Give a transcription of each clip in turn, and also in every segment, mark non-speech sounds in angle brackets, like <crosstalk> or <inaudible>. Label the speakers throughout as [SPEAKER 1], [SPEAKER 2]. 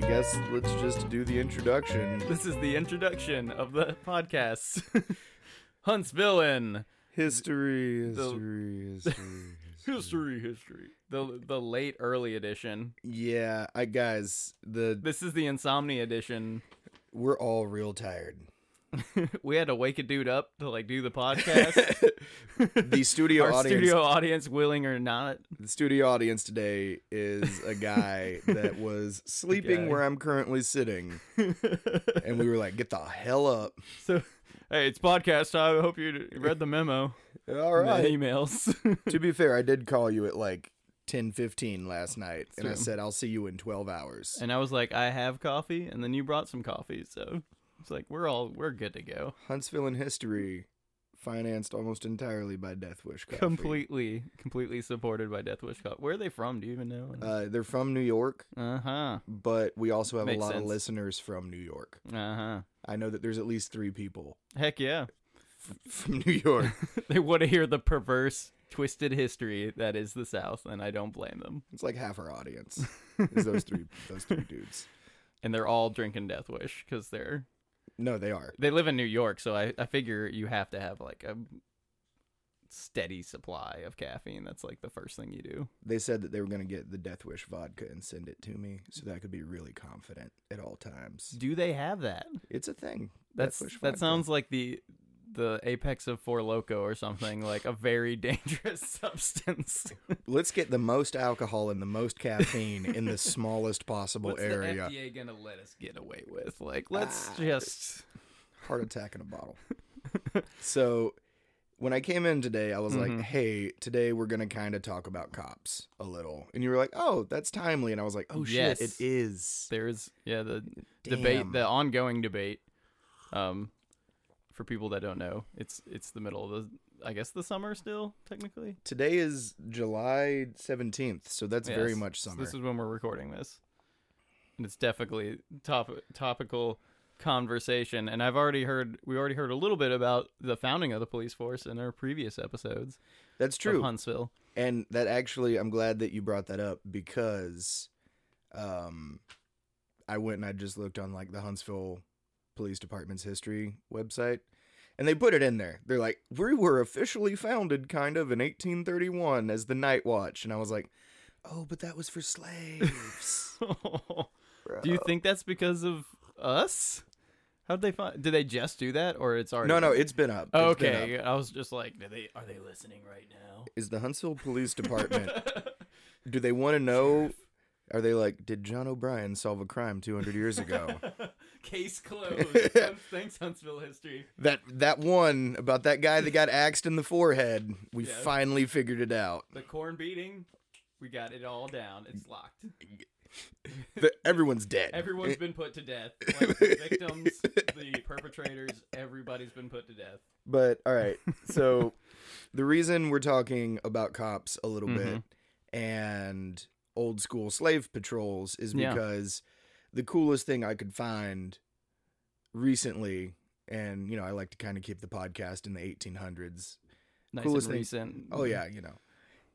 [SPEAKER 1] guess let's just do the introduction. <laughs>
[SPEAKER 2] This is the introduction of the podcast. <laughs> Hunt's villain.
[SPEAKER 1] History,
[SPEAKER 2] The-
[SPEAKER 1] history, history.
[SPEAKER 2] History, history. The the late early edition.
[SPEAKER 1] <laughs> yeah, I guys, the
[SPEAKER 2] This is the insomnia edition.
[SPEAKER 1] we're all real tired.
[SPEAKER 2] We had to wake a dude up to like do the podcast.
[SPEAKER 1] <laughs> The studio
[SPEAKER 2] Our
[SPEAKER 1] audience,
[SPEAKER 2] studio audience, willing
[SPEAKER 1] <laughs>
[SPEAKER 2] or not.
[SPEAKER 1] the studio audience today is a guy that <laughs> was sleeping
[SPEAKER 2] guy.
[SPEAKER 1] where I'm currently sitting, and we were like, "Get the hell up!"
[SPEAKER 2] So hey, it's podcast time. I hope you read the memo.
[SPEAKER 1] All
[SPEAKER 2] and the
[SPEAKER 1] right. <laughs>
[SPEAKER 2] Emails.
[SPEAKER 1] to be fair, I did call you at like 10:15 last night, and I
[SPEAKER 2] true.
[SPEAKER 1] said I'll see you in 12 hours.
[SPEAKER 2] and I was like, I have coffee, and then you brought some coffee, so it's like we're all we're good to go.
[SPEAKER 1] Huntsville in history, financed almost entirely by Death Wish Coffee.
[SPEAKER 2] completely completely supported by death wish Cop. where are they from do you even know
[SPEAKER 1] Uh, they're from New York,
[SPEAKER 2] uh-huh
[SPEAKER 1] but we also have a
[SPEAKER 2] Makes
[SPEAKER 1] lot of
[SPEAKER 2] sense.
[SPEAKER 1] listeners from New York.
[SPEAKER 2] uh-huh
[SPEAKER 1] I know that there's at least three people <laughs>
[SPEAKER 2] heck yeah
[SPEAKER 1] from New York.
[SPEAKER 2] <laughs> they want to hear the perverse twisted history that is the south and i don't blame them
[SPEAKER 1] it's like half our audience is those three those three dudes.
[SPEAKER 2] and they're all drinking death wish because they're
[SPEAKER 1] No, they are.
[SPEAKER 2] they live in new york so I, I figure you have to have like a steady supply of caffeine that's like the first thing you do
[SPEAKER 1] They said that they were going to get the Death Wish vodka and send it to me, so that I could be really confident at all times.
[SPEAKER 2] do they have that
[SPEAKER 1] It's a thing.
[SPEAKER 2] that's
[SPEAKER 1] Death Wish
[SPEAKER 2] that
[SPEAKER 1] vodka.
[SPEAKER 2] sounds like the the apex of four loco or something like a very <laughs> dangerous substance
[SPEAKER 1] Let's get the most alcohol and the most caffeine in the <laughs> smallest possible
[SPEAKER 2] What's
[SPEAKER 1] area.
[SPEAKER 2] the FDA gonna let us get away with? Like, let's just.
[SPEAKER 1] heart attack in a bottle. so when I came in today, I was
[SPEAKER 2] Mm-hmm.
[SPEAKER 1] like, hey, today we're going to kind of talk about cops a little. And you were like, oh, that's timely. And I was like, oh,
[SPEAKER 2] Yes.
[SPEAKER 1] shit, it is.
[SPEAKER 2] There's yeah the debate,
[SPEAKER 1] Damn.
[SPEAKER 2] the ongoing debate. Um, for people that don't know, it's it's the middle of the, I guess the summer still technically.
[SPEAKER 1] Today is July 17th. So that's
[SPEAKER 2] Yeah,
[SPEAKER 1] very
[SPEAKER 2] s-
[SPEAKER 1] much
[SPEAKER 2] so
[SPEAKER 1] summer.
[SPEAKER 2] This is when we're recording this, and it's definitely top topical conversation. And I've already heard we already heard a little bit about the founding of the police force in our previous episodes
[SPEAKER 1] that's
[SPEAKER 2] of
[SPEAKER 1] true.
[SPEAKER 2] Huntsville. <laughs>
[SPEAKER 1] And that actually, I'm glad that you brought that up because um, I went and I just looked on like the Huntsville Police Department's history website. And they put it in there. They're like, we were officially founded kind of in 1831 as the Night Watch. And I was like, oh, but that was for
[SPEAKER 2] <laughs>
[SPEAKER 1] slaves.
[SPEAKER 2] Do you think that's because of us? How'd they find? Did they just do that, or it's already
[SPEAKER 1] no, no, it's been up. It's been up.
[SPEAKER 2] okay, I was just like, are they are they listening right now?
[SPEAKER 1] Is the Huntsville Police Department, do they want to know? Are they like, did John O'Brien solve a crime 200 years ago?
[SPEAKER 2] <laughs>
[SPEAKER 1] <laughs>
[SPEAKER 2] Case closed. <laughs> Thanks, Huntsville history.
[SPEAKER 1] That that one about that guy that got axed in the forehead, we
[SPEAKER 2] Yeah.
[SPEAKER 1] finally figured it
[SPEAKER 2] <laughs>
[SPEAKER 1] out.
[SPEAKER 2] The corn beating, we got it all down. It's locked.
[SPEAKER 1] The, everyone's dead.
[SPEAKER 2] Everyone's been put
[SPEAKER 1] <laughs>
[SPEAKER 2] to death. Like, the victims, the perpetrators, everybody's been put to death.
[SPEAKER 1] but all
[SPEAKER 2] <laughs>
[SPEAKER 1] right, so the reason we're talking about cops a little
[SPEAKER 2] Mm-hmm.
[SPEAKER 1] bit and old school slave patrols is
[SPEAKER 2] Yeah.
[SPEAKER 1] because the coolest thing I could find recently, and you know, I like to kind of keep the podcast in the 1800s.
[SPEAKER 2] Nice
[SPEAKER 1] Coolest
[SPEAKER 2] and
[SPEAKER 1] thing-
[SPEAKER 2] recent.
[SPEAKER 1] Oh yeah, you know.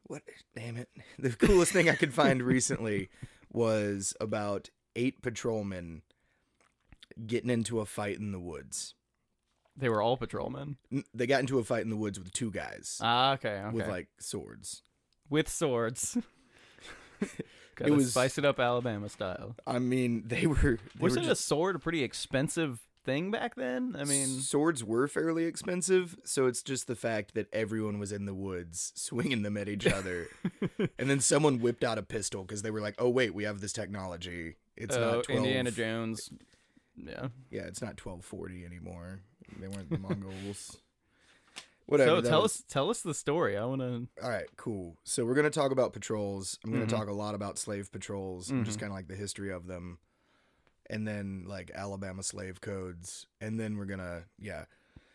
[SPEAKER 1] What damn it. <laughs> The coolest thing I could find recently was about eight patrolmen getting into a fight in the woods.
[SPEAKER 2] they were all patrolmen.
[SPEAKER 1] N- They got into a fight in the woods with two guys
[SPEAKER 2] Ah, okay, okay.
[SPEAKER 1] with like swords.
[SPEAKER 2] with
[SPEAKER 1] <laughs>
[SPEAKER 2] swords. <laughs> Gotta
[SPEAKER 1] was-
[SPEAKER 2] spice it up Alabama style.
[SPEAKER 1] I mean, <laughs> they were they were
[SPEAKER 2] Wasn't
[SPEAKER 1] just,
[SPEAKER 2] a sword a pretty expensive thing back then? I mean,
[SPEAKER 1] swords were fairly expensive, so it's just the fact that everyone was in the woods <laughs> swinging them at each
[SPEAKER 2] <laughs>
[SPEAKER 1] other. and then someone whipped out a pistol cuz they were like, "Oh wait, we have this technology." It's
[SPEAKER 2] oh,
[SPEAKER 1] not 12
[SPEAKER 2] Indiana Jones. Yeah.
[SPEAKER 1] Yeah, it's not 1240 anymore. They weren't the Mongols. Whatever.
[SPEAKER 2] so
[SPEAKER 1] that
[SPEAKER 2] tell
[SPEAKER 1] was-
[SPEAKER 2] us tell us the story. I want to
[SPEAKER 1] All right, cool. So we're going to talk about patrols. I'm going to talk a lot about slave patrols and just kind of like the history of them. And then like Alabama slave codes. And then we're going to, yeah.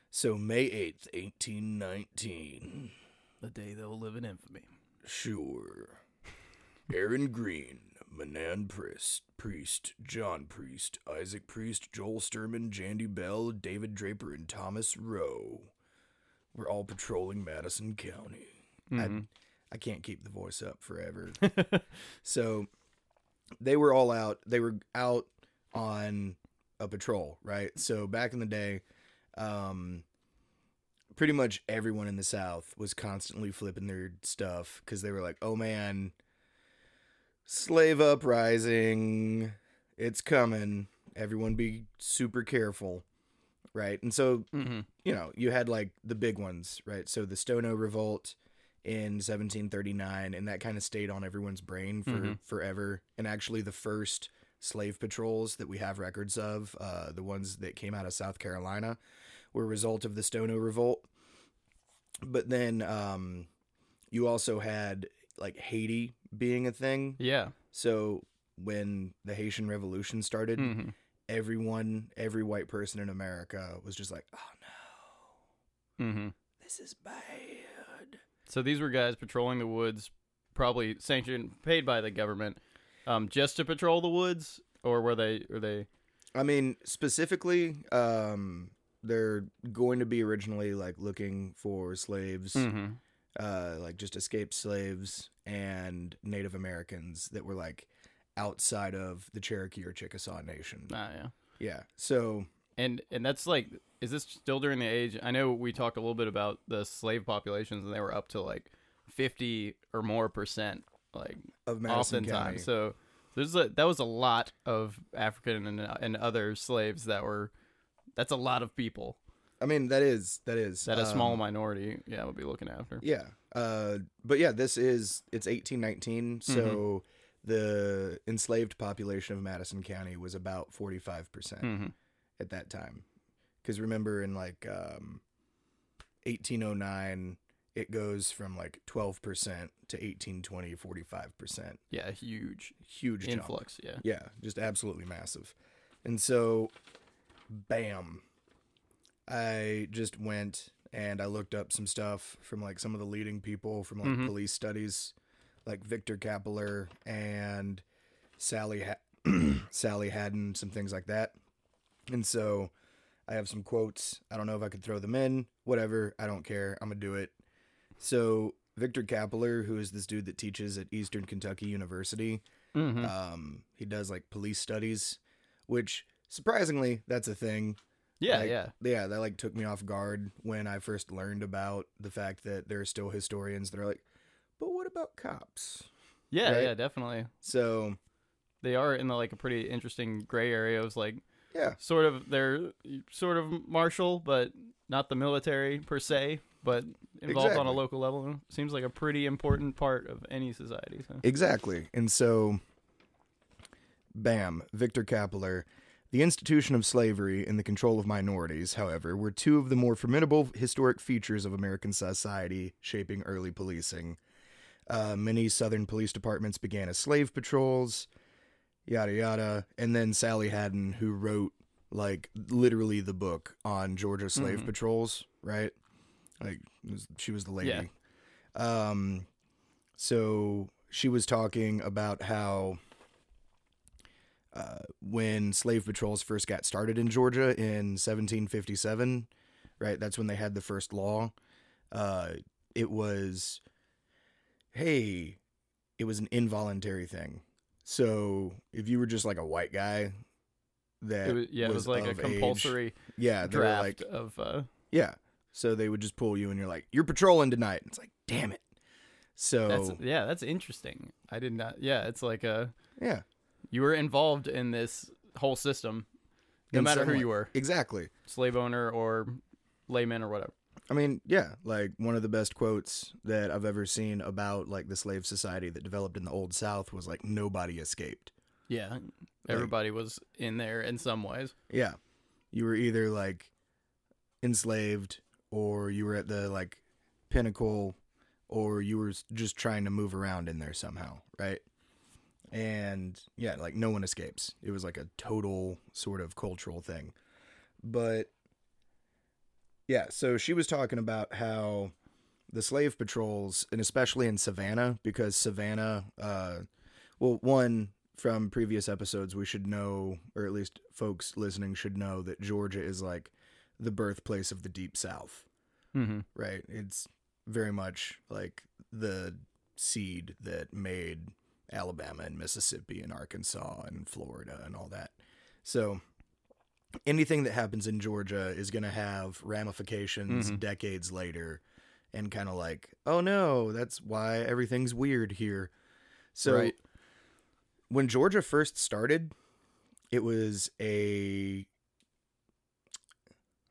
[SPEAKER 1] So May 8th, 1819.
[SPEAKER 2] the day they'll live in infamy.
[SPEAKER 1] Sure. Aaron Green, Manan Priest, Priest, John Priest, Isaac Priest, Joel Sturman, Jandy Bell, David Draper, and Thomas Rowe were all patrolling Madison County.
[SPEAKER 2] Mm-hmm.
[SPEAKER 1] I, I can't keep the voice up forever. so they were all out. They were out on a patrol, right? So back in the day, um, pretty much everyone in the South was constantly flipping their stuff because they were like, "Oh man, slave uprising, it's coming. Everyone be super careful." Right? And so
[SPEAKER 2] hmm
[SPEAKER 1] you know, you had like the big ones, right? So the Stono Revolt in 1739, and that kind of stayed on everyone's brain for
[SPEAKER 2] Mhm.
[SPEAKER 1] forever. And actually, the first slave patrols that we have records of, uh, the ones that came out of South Carolina, were a result of the Stono Revolt. But then um, you also had like Haiti being a thing.
[SPEAKER 2] Yeah.
[SPEAKER 1] So when the Haitian Revolution started,
[SPEAKER 2] hmm
[SPEAKER 1] everyone, every white person in America was just like, oh no Mm-hmm.
[SPEAKER 2] hmm
[SPEAKER 1] this is bad.
[SPEAKER 2] So these were guys patrolling the woods, probably sanctioned, paid by the government, um, just to patrol the woods, or were they? Were they?
[SPEAKER 1] I mean, specifically, um, they're going to be originally like looking for slaves,
[SPEAKER 2] hmm
[SPEAKER 1] uh, like just escaped slaves and Native Americans that were like outside of the Cherokee or Chickasaw Nation.
[SPEAKER 2] Ah, yeah.
[SPEAKER 1] Yeah. So
[SPEAKER 2] And and that's like, is this still during the age? I know we talked a little bit about the slave populations, and they were up to like fifty or more percent, like
[SPEAKER 1] of Madison County.
[SPEAKER 2] oftentimes. So there's a that was a lot of African and and other slaves that were. That's a lot of people
[SPEAKER 1] I mean, that is that is
[SPEAKER 2] that a
[SPEAKER 1] um,
[SPEAKER 2] small minority, yeah, would be looking after.
[SPEAKER 1] Yeah. Uh, but yeah, this is it's 1819, so
[SPEAKER 2] Mm-hmm.
[SPEAKER 1] the enslaved population of Madison County was about 45 percent.
[SPEAKER 2] hmm
[SPEAKER 1] at that time. Because remember, in like um, 1809, it goes from like 12% to 1820, 45%.
[SPEAKER 2] Yeah, huge
[SPEAKER 1] Huge jump.
[SPEAKER 2] influx. Yeah.
[SPEAKER 1] Yeah, just absolutely massive. And so, bam, I just went and I looked up some stuff from like some of the leading people from like
[SPEAKER 2] Mhm.
[SPEAKER 1] police studies, like Victor Kappeler and Sally ha- <clears throat> Sally Haddon, some things like that. And so, I have some quotes. I don't know if I could throw them in. Whatever, I don't care. I'm gonna do it. So. Victor Kappeler, who is this dude that teaches at Eastern Kentucky University,
[SPEAKER 2] hmm
[SPEAKER 1] um, he does like police studies, which surprisingly, that's a thing.
[SPEAKER 2] Yeah,
[SPEAKER 1] Like,
[SPEAKER 2] yeah.
[SPEAKER 1] Yeah, that like took me off guard when I first learned about the fact that there are still historians that are like, but what about cops?
[SPEAKER 2] Yeah,
[SPEAKER 1] right?
[SPEAKER 2] yeah, definitely.
[SPEAKER 1] So,
[SPEAKER 2] They are in the like a pretty interesting gray area. It was like
[SPEAKER 1] yeah,
[SPEAKER 2] sort of they're sort of martial, but not the military per se, but involved on a
[SPEAKER 1] Exactly.
[SPEAKER 2] local level. Seems like a pretty important part of any society. So.
[SPEAKER 1] exactly. And so, bam, Victor Kappeler. The institution of slavery and the control of minorities, however, were two of the more formidable historic features of American society shaping early policing. Uh, many Southern police departments began as slave patrols, yada yada. And then Sally Haddon, who wrote like literally the book on Georgia slave
[SPEAKER 2] Mhm.
[SPEAKER 1] patrols, right? Like it was- she was the lady. Um, so she was talking about how uh, when slave patrols first got started in Georgia in 1757, right? That's when they had the first law. Uh, it was, hey, it was an involuntary thing. So if you were just like a white guy, that
[SPEAKER 2] It was, yeah, it was like a
[SPEAKER 1] of age-
[SPEAKER 2] compulsory
[SPEAKER 1] yeah, they were
[SPEAKER 2] draft
[SPEAKER 1] like
[SPEAKER 2] of uh,
[SPEAKER 1] yeah. So they would just pull you and you're like, you're patrolling tonight. It's like, damn it. So
[SPEAKER 2] that's yeah, that's interesting. I did not yeah, it's like a
[SPEAKER 1] yeah,
[SPEAKER 2] you were involved in this whole system no
[SPEAKER 1] In
[SPEAKER 2] matter
[SPEAKER 1] some
[SPEAKER 2] who
[SPEAKER 1] way.
[SPEAKER 2] you were,
[SPEAKER 1] exactly.
[SPEAKER 2] slave owner or layman or whatever.
[SPEAKER 1] I mean, yeah, like one of the best quotes that I've ever seen about like the slave society that developed in the old South was like nobody escaped.
[SPEAKER 2] Yeah, everybody was in there in some ways.
[SPEAKER 1] Yeah. You were either like enslaved or you were at the like pinnacle or you were s- just trying to move around in there somehow, right? And yeah, like no one escapes. It was like a total sort of cultural thing. But yeah, so she was talking about how the slave patrols, and especially in Savannah, because Savannah, uh, well, one from previous episodes, we should know, or at least folks listening should know, that Georgia is like the birthplace of the Deep South,
[SPEAKER 2] Mm-hmm.
[SPEAKER 1] right? It's very much like the seed that made Alabama and Mississippi and Arkansas and Florida and all that. So anything that happens in Georgia is going to have ramifications
[SPEAKER 2] Mhm.
[SPEAKER 1] decades later and kind of like, oh no, that's why everything's weird here. So
[SPEAKER 2] Right.
[SPEAKER 1] when Georgia first started, it was a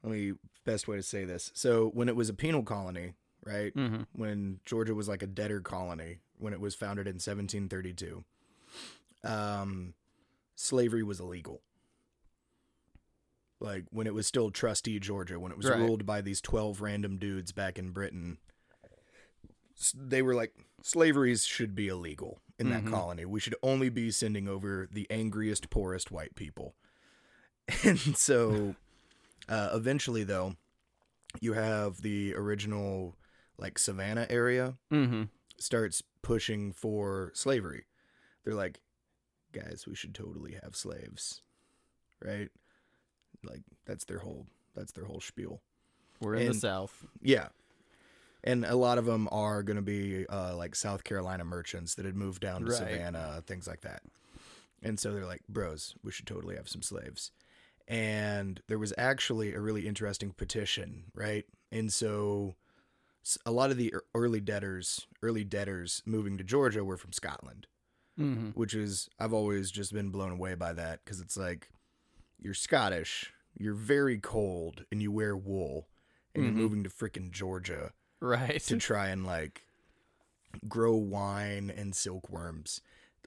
[SPEAKER 1] let me best way to say this. So when it was a penal colony, right?
[SPEAKER 2] Mm-hmm.
[SPEAKER 1] when Georgia was like a debtor colony when it was founded in 1732. Um, slavery was illegal. Like when it was still trustee Georgia, when it was
[SPEAKER 2] Right.
[SPEAKER 1] ruled by these 12 random dudes back in Britain, s- they were like, slaveries should be illegal in that
[SPEAKER 2] Mhm.
[SPEAKER 1] colony. We should only be sending over the angriest, poorest white people. <laughs> And so uh, eventually, though, you have the original like Savannah area
[SPEAKER 2] Mm-hmm.
[SPEAKER 1] starts pushing for slavery. They're like, guys, we should totally have slaves, right? Like that's their whole that's their whole spiel.
[SPEAKER 2] We're in the
[SPEAKER 1] And- <laughs>
[SPEAKER 2] South.
[SPEAKER 1] Yeah, and a lot of them are going to be uh, like South Carolina merchants that had moved down to
[SPEAKER 2] Right.
[SPEAKER 1] Savannah, things like that. And so they're like, bros, we should totally have some slaves. And there was actually a really interesting petition, right? And so s- a lot of the ear- early debtors, early debtors moving to Georgia were from Scotland,
[SPEAKER 2] Mm-hmm.
[SPEAKER 1] which is I've always just been blown away by that because it's like you're Scottish, you're very cold, and you wear wool, and
[SPEAKER 2] Mhm.
[SPEAKER 1] you're moving to freaking Georgia
[SPEAKER 2] Right.
[SPEAKER 1] to try and like grow wine and silkworms.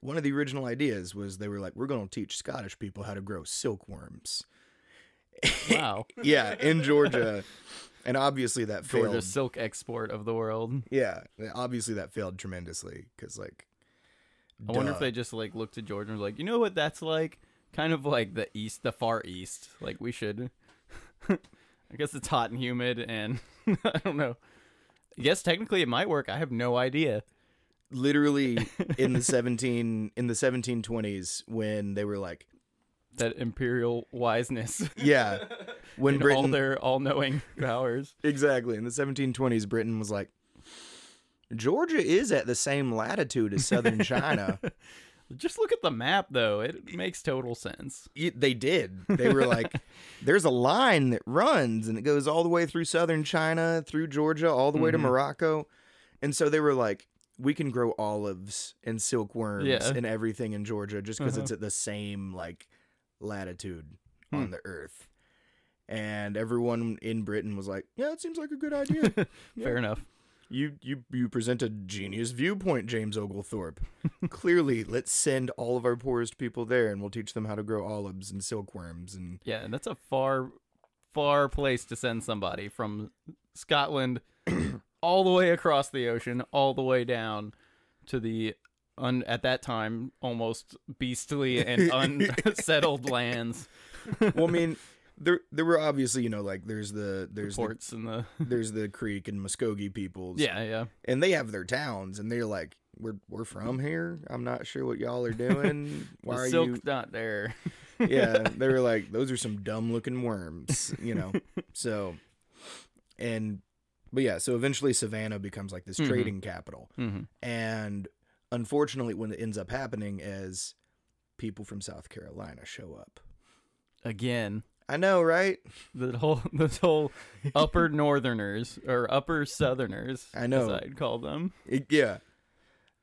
[SPEAKER 1] One of the original ideas was they were like, we're going to teach Scottish people how to grow silkworms. <laughs>
[SPEAKER 2] wow.
[SPEAKER 1] Yeah,
[SPEAKER 2] <laughs>
[SPEAKER 1] in Georgia. and obviously that failed.
[SPEAKER 2] Georgia's silk export of the world.
[SPEAKER 1] Yeah, obviously that failed tremendously because, like,
[SPEAKER 2] I wonder if
[SPEAKER 1] duh.
[SPEAKER 2] they just like looked to Georgia and was like, you know what that's like? Kind of like the east, the far east. Like we should. <laughs> I guess it's hot and humid, and <laughs> I don't know. Yes, technically it might work. I have no idea. <laughs>
[SPEAKER 1] literally in the 17 in the 1720s when they were like
[SPEAKER 2] That imperial wiseness <laughs>
[SPEAKER 1] yeah when
[SPEAKER 2] and
[SPEAKER 1] britain
[SPEAKER 2] all their all-knowing powers.
[SPEAKER 1] Exactly. In the 1720s, Britain was like, Georgia is at the same latitude as
[SPEAKER 2] <laughs>
[SPEAKER 1] southern China.
[SPEAKER 2] Just look at the map, though. It makes total sense.
[SPEAKER 1] Y- they did. They were
[SPEAKER 2] <laughs>
[SPEAKER 1] like, there's a line that runs and it goes all the way through southern China, through Georgia, all the way to
[SPEAKER 2] Mhm.
[SPEAKER 1] Morocco. And so they were like, we can grow olives and silkworms
[SPEAKER 2] Yeah.
[SPEAKER 1] and everything in Georgia just because
[SPEAKER 2] Uh-huh. Hmm.
[SPEAKER 1] it's at the same like latitude on the earth. And everyone in Britain was like, yeah, it seems like a good idea.
[SPEAKER 2] Fair enough.
[SPEAKER 1] You you you present a genius viewpoint, James
[SPEAKER 2] <laughs>
[SPEAKER 1] Oglethorpe. Clearly, let's send all of our poorest people there, and we'll teach them how to grow olives and silkworms.
[SPEAKER 2] <laughs>
[SPEAKER 1] And
[SPEAKER 2] Yeah, and that's a far, far place to send somebody from
[SPEAKER 1] <clears throat>
[SPEAKER 2] Scotland all the way across the ocean, all the way down to the un, at that time almost
[SPEAKER 1] <laughs>
[SPEAKER 2] beastly and unsettled lands,
[SPEAKER 1] well, I mean, there there were obviously you know like there's the there's
[SPEAKER 2] <laughs>
[SPEAKER 1] the,
[SPEAKER 2] ports, and the
[SPEAKER 1] there's the Creek and Muskogee peoples.
[SPEAKER 2] yeah, yeah,
[SPEAKER 1] and they have their towns, and they're like we're we're from here. I'm not sure what y'all are doing. Why
[SPEAKER 2] <laughs> the
[SPEAKER 1] are
[SPEAKER 2] silk
[SPEAKER 1] you
[SPEAKER 2] not there. <laughs>
[SPEAKER 1] yeah, they were like, those are some dumb looking worms, you know. so, and but yeah, so eventually Savannah becomes like this
[SPEAKER 2] Mhm.
[SPEAKER 1] trading capital,
[SPEAKER 2] hmm
[SPEAKER 1] and unfortunately, what ends up happening is people from South Carolina show up.
[SPEAKER 2] Again,
[SPEAKER 1] I know, right?
[SPEAKER 2] the whole <laughs> this whole upper northerners or upper southerners,
[SPEAKER 1] I know.
[SPEAKER 2] as I'd call them.
[SPEAKER 1] It- yeah,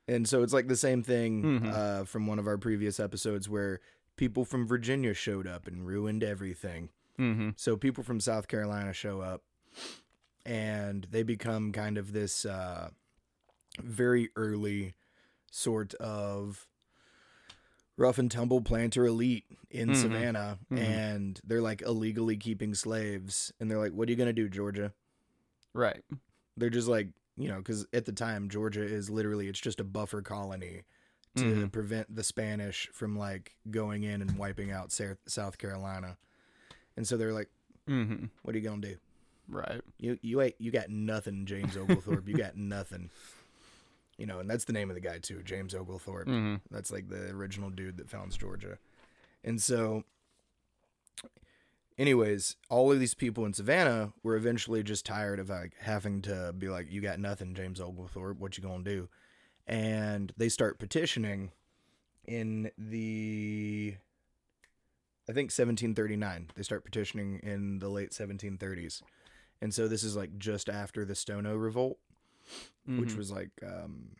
[SPEAKER 1] and so it's like the same thing
[SPEAKER 2] Mhm.
[SPEAKER 1] uh, from one of our previous episodes where people from Virginia showed up and ruined everything.
[SPEAKER 2] Mm-hmm.
[SPEAKER 1] So people from South Carolina show up and they become kind of this uh, very early sort of rough and tumble planter elite in
[SPEAKER 2] Mhm.
[SPEAKER 1] Savannah.
[SPEAKER 2] Mhm.
[SPEAKER 1] And they're like illegally keeping slaves. And they're like, what are you going to do, Georgia?
[SPEAKER 2] Right.
[SPEAKER 1] They're just like, you know, because at the time, Georgia is literally, it's just a buffer colony to
[SPEAKER 2] Mhm.
[SPEAKER 1] prevent the Spanish from like going in and wiping out Sa- South Carolina. And so they're like,
[SPEAKER 2] Mm-hmm.
[SPEAKER 1] what are you going to do?
[SPEAKER 2] Right.
[SPEAKER 1] You you ain't you got nothing, James Oglethorpe. you got nothing. You know, and that's the name of the guy too, James Oglethorpe.
[SPEAKER 2] Mm-hmm.
[SPEAKER 1] That's like the original dude that founds Georgia. And so anyways, all of these people in Savannah were eventually just tired of like having to be like, You got nothing, James Oglethorpe, what you gonna do? And they start petitioning in the I think 1739. They start petitioning in the late 1730s. And so this is like just after the Stono revolt, which
[SPEAKER 2] Mhm.
[SPEAKER 1] was like um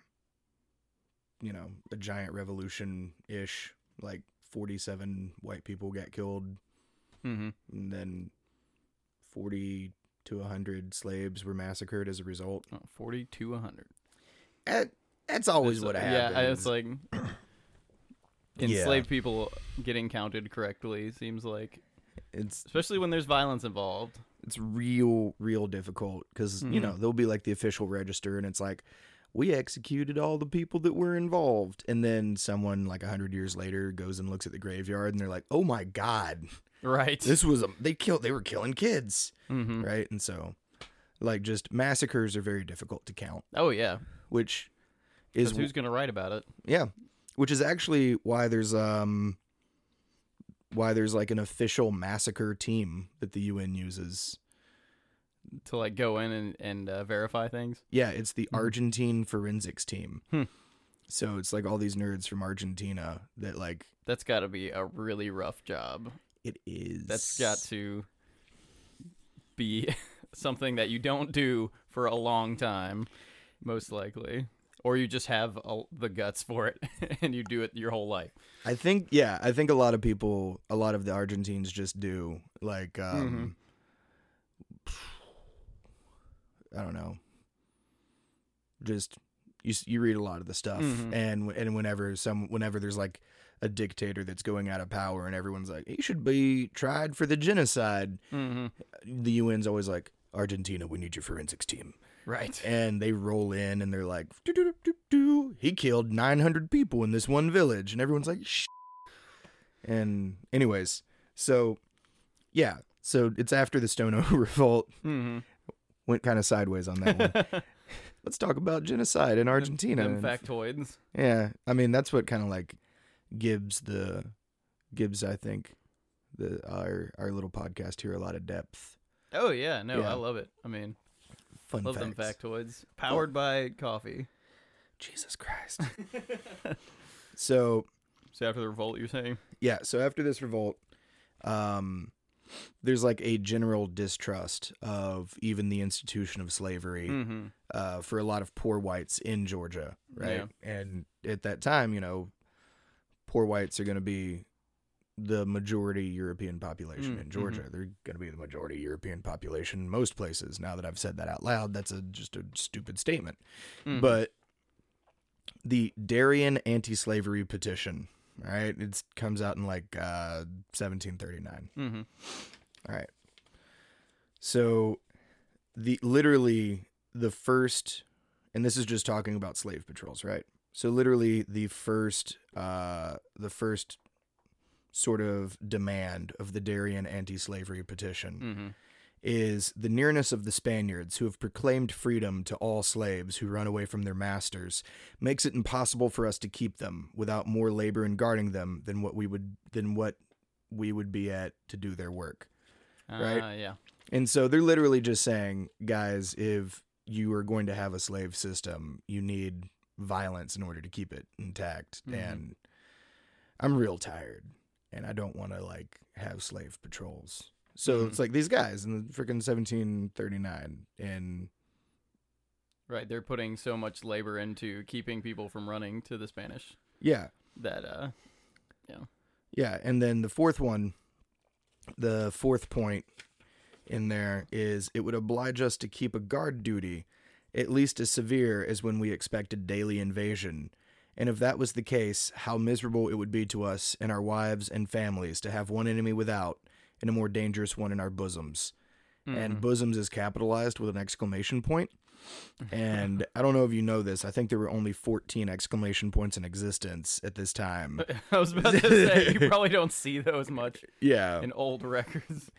[SPEAKER 1] you know, a giant revolution ish, like 47 white people got killed
[SPEAKER 2] Mhm.
[SPEAKER 1] and then 40 to 100 slaves were massacred as a result.
[SPEAKER 2] Oh, 40 to 100.
[SPEAKER 1] That, that's always
[SPEAKER 2] It's- uh,
[SPEAKER 1] what
[SPEAKER 2] yeah,
[SPEAKER 1] happens.
[SPEAKER 2] I- it's like
[SPEAKER 1] Yeah.
[SPEAKER 2] enslaved people getting counted correctly seems like,
[SPEAKER 1] it's
[SPEAKER 2] especially when there's violence involved.
[SPEAKER 1] it's real real difficult because you
[SPEAKER 2] Mhm.
[SPEAKER 1] know there'll be like the official register and it's like we executed all the people that were involved and then someone like 100 years later goes and looks at the graveyard and they're like oh my god
[SPEAKER 2] <laughs> Right.
[SPEAKER 1] this was a they killed they were killing kids
[SPEAKER 2] hmm
[SPEAKER 1] right and so like just massacres are very difficult to count
[SPEAKER 2] Oh yeah.
[SPEAKER 1] which
[SPEAKER 2] 'Cause
[SPEAKER 1] is
[SPEAKER 2] who's gonna write about it?
[SPEAKER 1] yeah which is actually why there's um why there's like an official massacre team that the UN uses
[SPEAKER 2] to like go in and, and uh, verify things.
[SPEAKER 1] Yeah, it's the Argentine forensics team.
[SPEAKER 2] Mm-hmm. Hmm.
[SPEAKER 1] So it's like all these nerds from Argentina that like
[SPEAKER 2] That's got to be a really rough job.
[SPEAKER 1] it is.
[SPEAKER 2] That's got to be <laughs> something that you don't do for a long time, most likely, or you just have a, the guts for it <laughs> and you do it your whole life.
[SPEAKER 1] I think yeah, I think a lot of people, a lot of the Argentines just do like um I don't know. Just you s- you read a lot of the stuff
[SPEAKER 2] Mhm.
[SPEAKER 1] and wh- and whenever some whenever there's like a dictator that's going out of power and everyone's like he should be tried for the genocide.
[SPEAKER 2] Mm-hmm.
[SPEAKER 1] The UN's always like Argentina, we need your forensics team.
[SPEAKER 2] Right.
[SPEAKER 1] and they roll in and they're like, "Doo, doo, doo, doo, doo. he killed 900 people in this one village. And everyone's like, Shh. And, anyways, so yeah, so it's after the Stono <laughs> revolt.
[SPEAKER 2] Mm-hmm.
[SPEAKER 1] Went kind of sideways on
[SPEAKER 2] <laughs>
[SPEAKER 1] that one. Let's talk about genocide in Argentina. And-
[SPEAKER 2] Them factoids.
[SPEAKER 1] yeah, I mean, that's what kind of like gives the, gives, I think, the our, our little podcast here a lot of depth.
[SPEAKER 2] Oh yeah, no,
[SPEAKER 1] Yeah.
[SPEAKER 2] I love it. I mean,
[SPEAKER 1] Fun
[SPEAKER 2] love
[SPEAKER 1] facts.
[SPEAKER 2] them factoids. Powered by <laughs> coffee.
[SPEAKER 1] Jesus Christ. <laughs> so
[SPEAKER 2] So after the revolt, you're saying?
[SPEAKER 1] yeah so after this revolt um there's like a general distrust of even the institution of slavery
[SPEAKER 2] Mm-hmm.
[SPEAKER 1] uh, for a lot of poor whites in Georgia, right? And at that time, you know, poor whites are going to be the majority European population
[SPEAKER 2] Mm,
[SPEAKER 1] in Georgia. They're going to be the majority European population in most places. Now that I've said that out loud, that's a just a stupid statement.
[SPEAKER 2] Mhm.
[SPEAKER 1] But the Darien anti-slavery petition, all right? It comes out in like uh 1739.
[SPEAKER 2] Mm-hmm.
[SPEAKER 1] All right. So the literally the first and this is just talking about slave patrols, right? So literally the first uh the first sort of demand of the Darien anti-slavery petition
[SPEAKER 2] Mm-hmm.
[SPEAKER 1] is the nearness of the Spaniards, who have proclaimed freedom to all slaves who run away from their masters, makes it impossible for us to keep them without more labor in guarding them than what we would than what we would be at to do their work. Right.
[SPEAKER 2] Uh, yeah.
[SPEAKER 1] And so they're literally just saying, guys, if you are going to have a slave system, you need violence in order to keep it intact.
[SPEAKER 2] Mhm.
[SPEAKER 1] And I'm real tired and I don't want to like have slave patrols. So
[SPEAKER 2] Mhm.
[SPEAKER 1] it's like these guys in the freaking 1739 and
[SPEAKER 2] Right, they're putting so much labor into keeping people from running to the Spanish
[SPEAKER 1] yeah,
[SPEAKER 2] that uh
[SPEAKER 1] Yeah, and then the fourth one, the fourth point in there is it would oblige us to keep a guard duty at least as severe as when we expected daily invasion. And if that was the case, how miserable it would be to us and our wives and families to have one enemy without and a more dangerous one in our bosoms.
[SPEAKER 2] mm. Mm-hmm.
[SPEAKER 1] And bosoms is capitalized with an exclamation point. And I don't know if you know this. I think there were only 14 exclamation points in existence at this time.
[SPEAKER 2] <laughs> I was about to
[SPEAKER 1] <laughs>
[SPEAKER 2] say you probably don't see those much
[SPEAKER 1] Yeah.
[SPEAKER 2] in old records.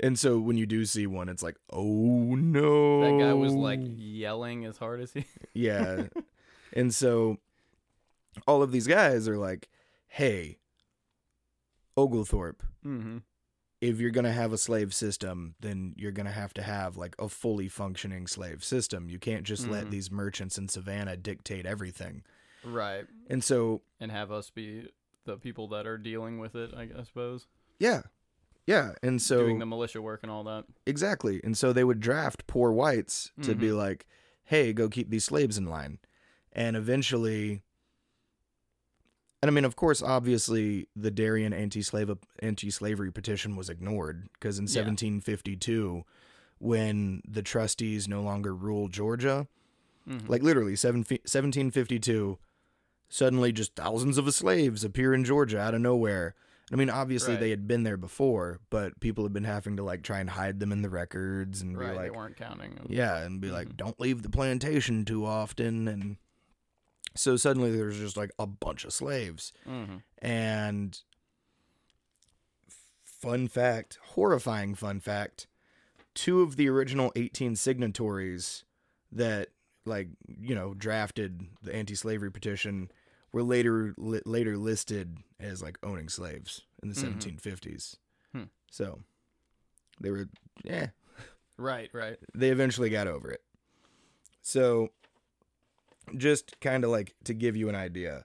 [SPEAKER 1] And so when you do see one, it's like, oh no.
[SPEAKER 2] That guy was like <laughs>
[SPEAKER 1] Oh.
[SPEAKER 2] yelling as hard as he <laughs>
[SPEAKER 1] yeah. and so all of these guys are like, hey, Oglethorpe,
[SPEAKER 2] Mhm.
[SPEAKER 1] if you're going to have a slave system, then you're going to have to have like a fully functioning slave system. You can't just let
[SPEAKER 2] Mhm.
[SPEAKER 1] these merchants in Savannah dictate everything.
[SPEAKER 2] Right.
[SPEAKER 1] And so
[SPEAKER 2] And have us be the people that are dealing with it, I guess- I suppose.
[SPEAKER 1] Yeah. Yeah. And so
[SPEAKER 2] doing the militia work and all that.
[SPEAKER 1] Exactly. And so they would draft poor whites to be like, hey, go keep these slaves in line. And eventually, and I mean, of course, obviously, the Darien anti-slave anti-slavery petition was ignored because in
[SPEAKER 2] Yeah.
[SPEAKER 1] 1752, when the trustees no longer ruled Georgia,
[SPEAKER 2] Mhm.
[SPEAKER 1] like literally seven, 1752, suddenly just thousands of slaves appear in Georgia out of nowhere. I mean, obviously
[SPEAKER 2] Right.
[SPEAKER 1] they had been there before, but people have been having to like try and hide them in the records and be
[SPEAKER 2] Right, they
[SPEAKER 1] like,
[SPEAKER 2] weren't Mm-hmm. counting.
[SPEAKER 1] yeah, and be like, don't leave the plantation too often. And so suddenly there's just like a bunch of slaves.
[SPEAKER 2] Mhm.
[SPEAKER 1] And fun fact, horrifying fun fact, two of the original 18 signatories that like, you know, drafted the anti-slavery petition were later li- later listed as like owning slaves in the
[SPEAKER 2] Mhm.
[SPEAKER 1] 1750s.
[SPEAKER 2] Hmm.
[SPEAKER 1] So they were eh, yeah,
[SPEAKER 2] Right, right.
[SPEAKER 1] they eventually got over it. So, just kind of like to give you an idea,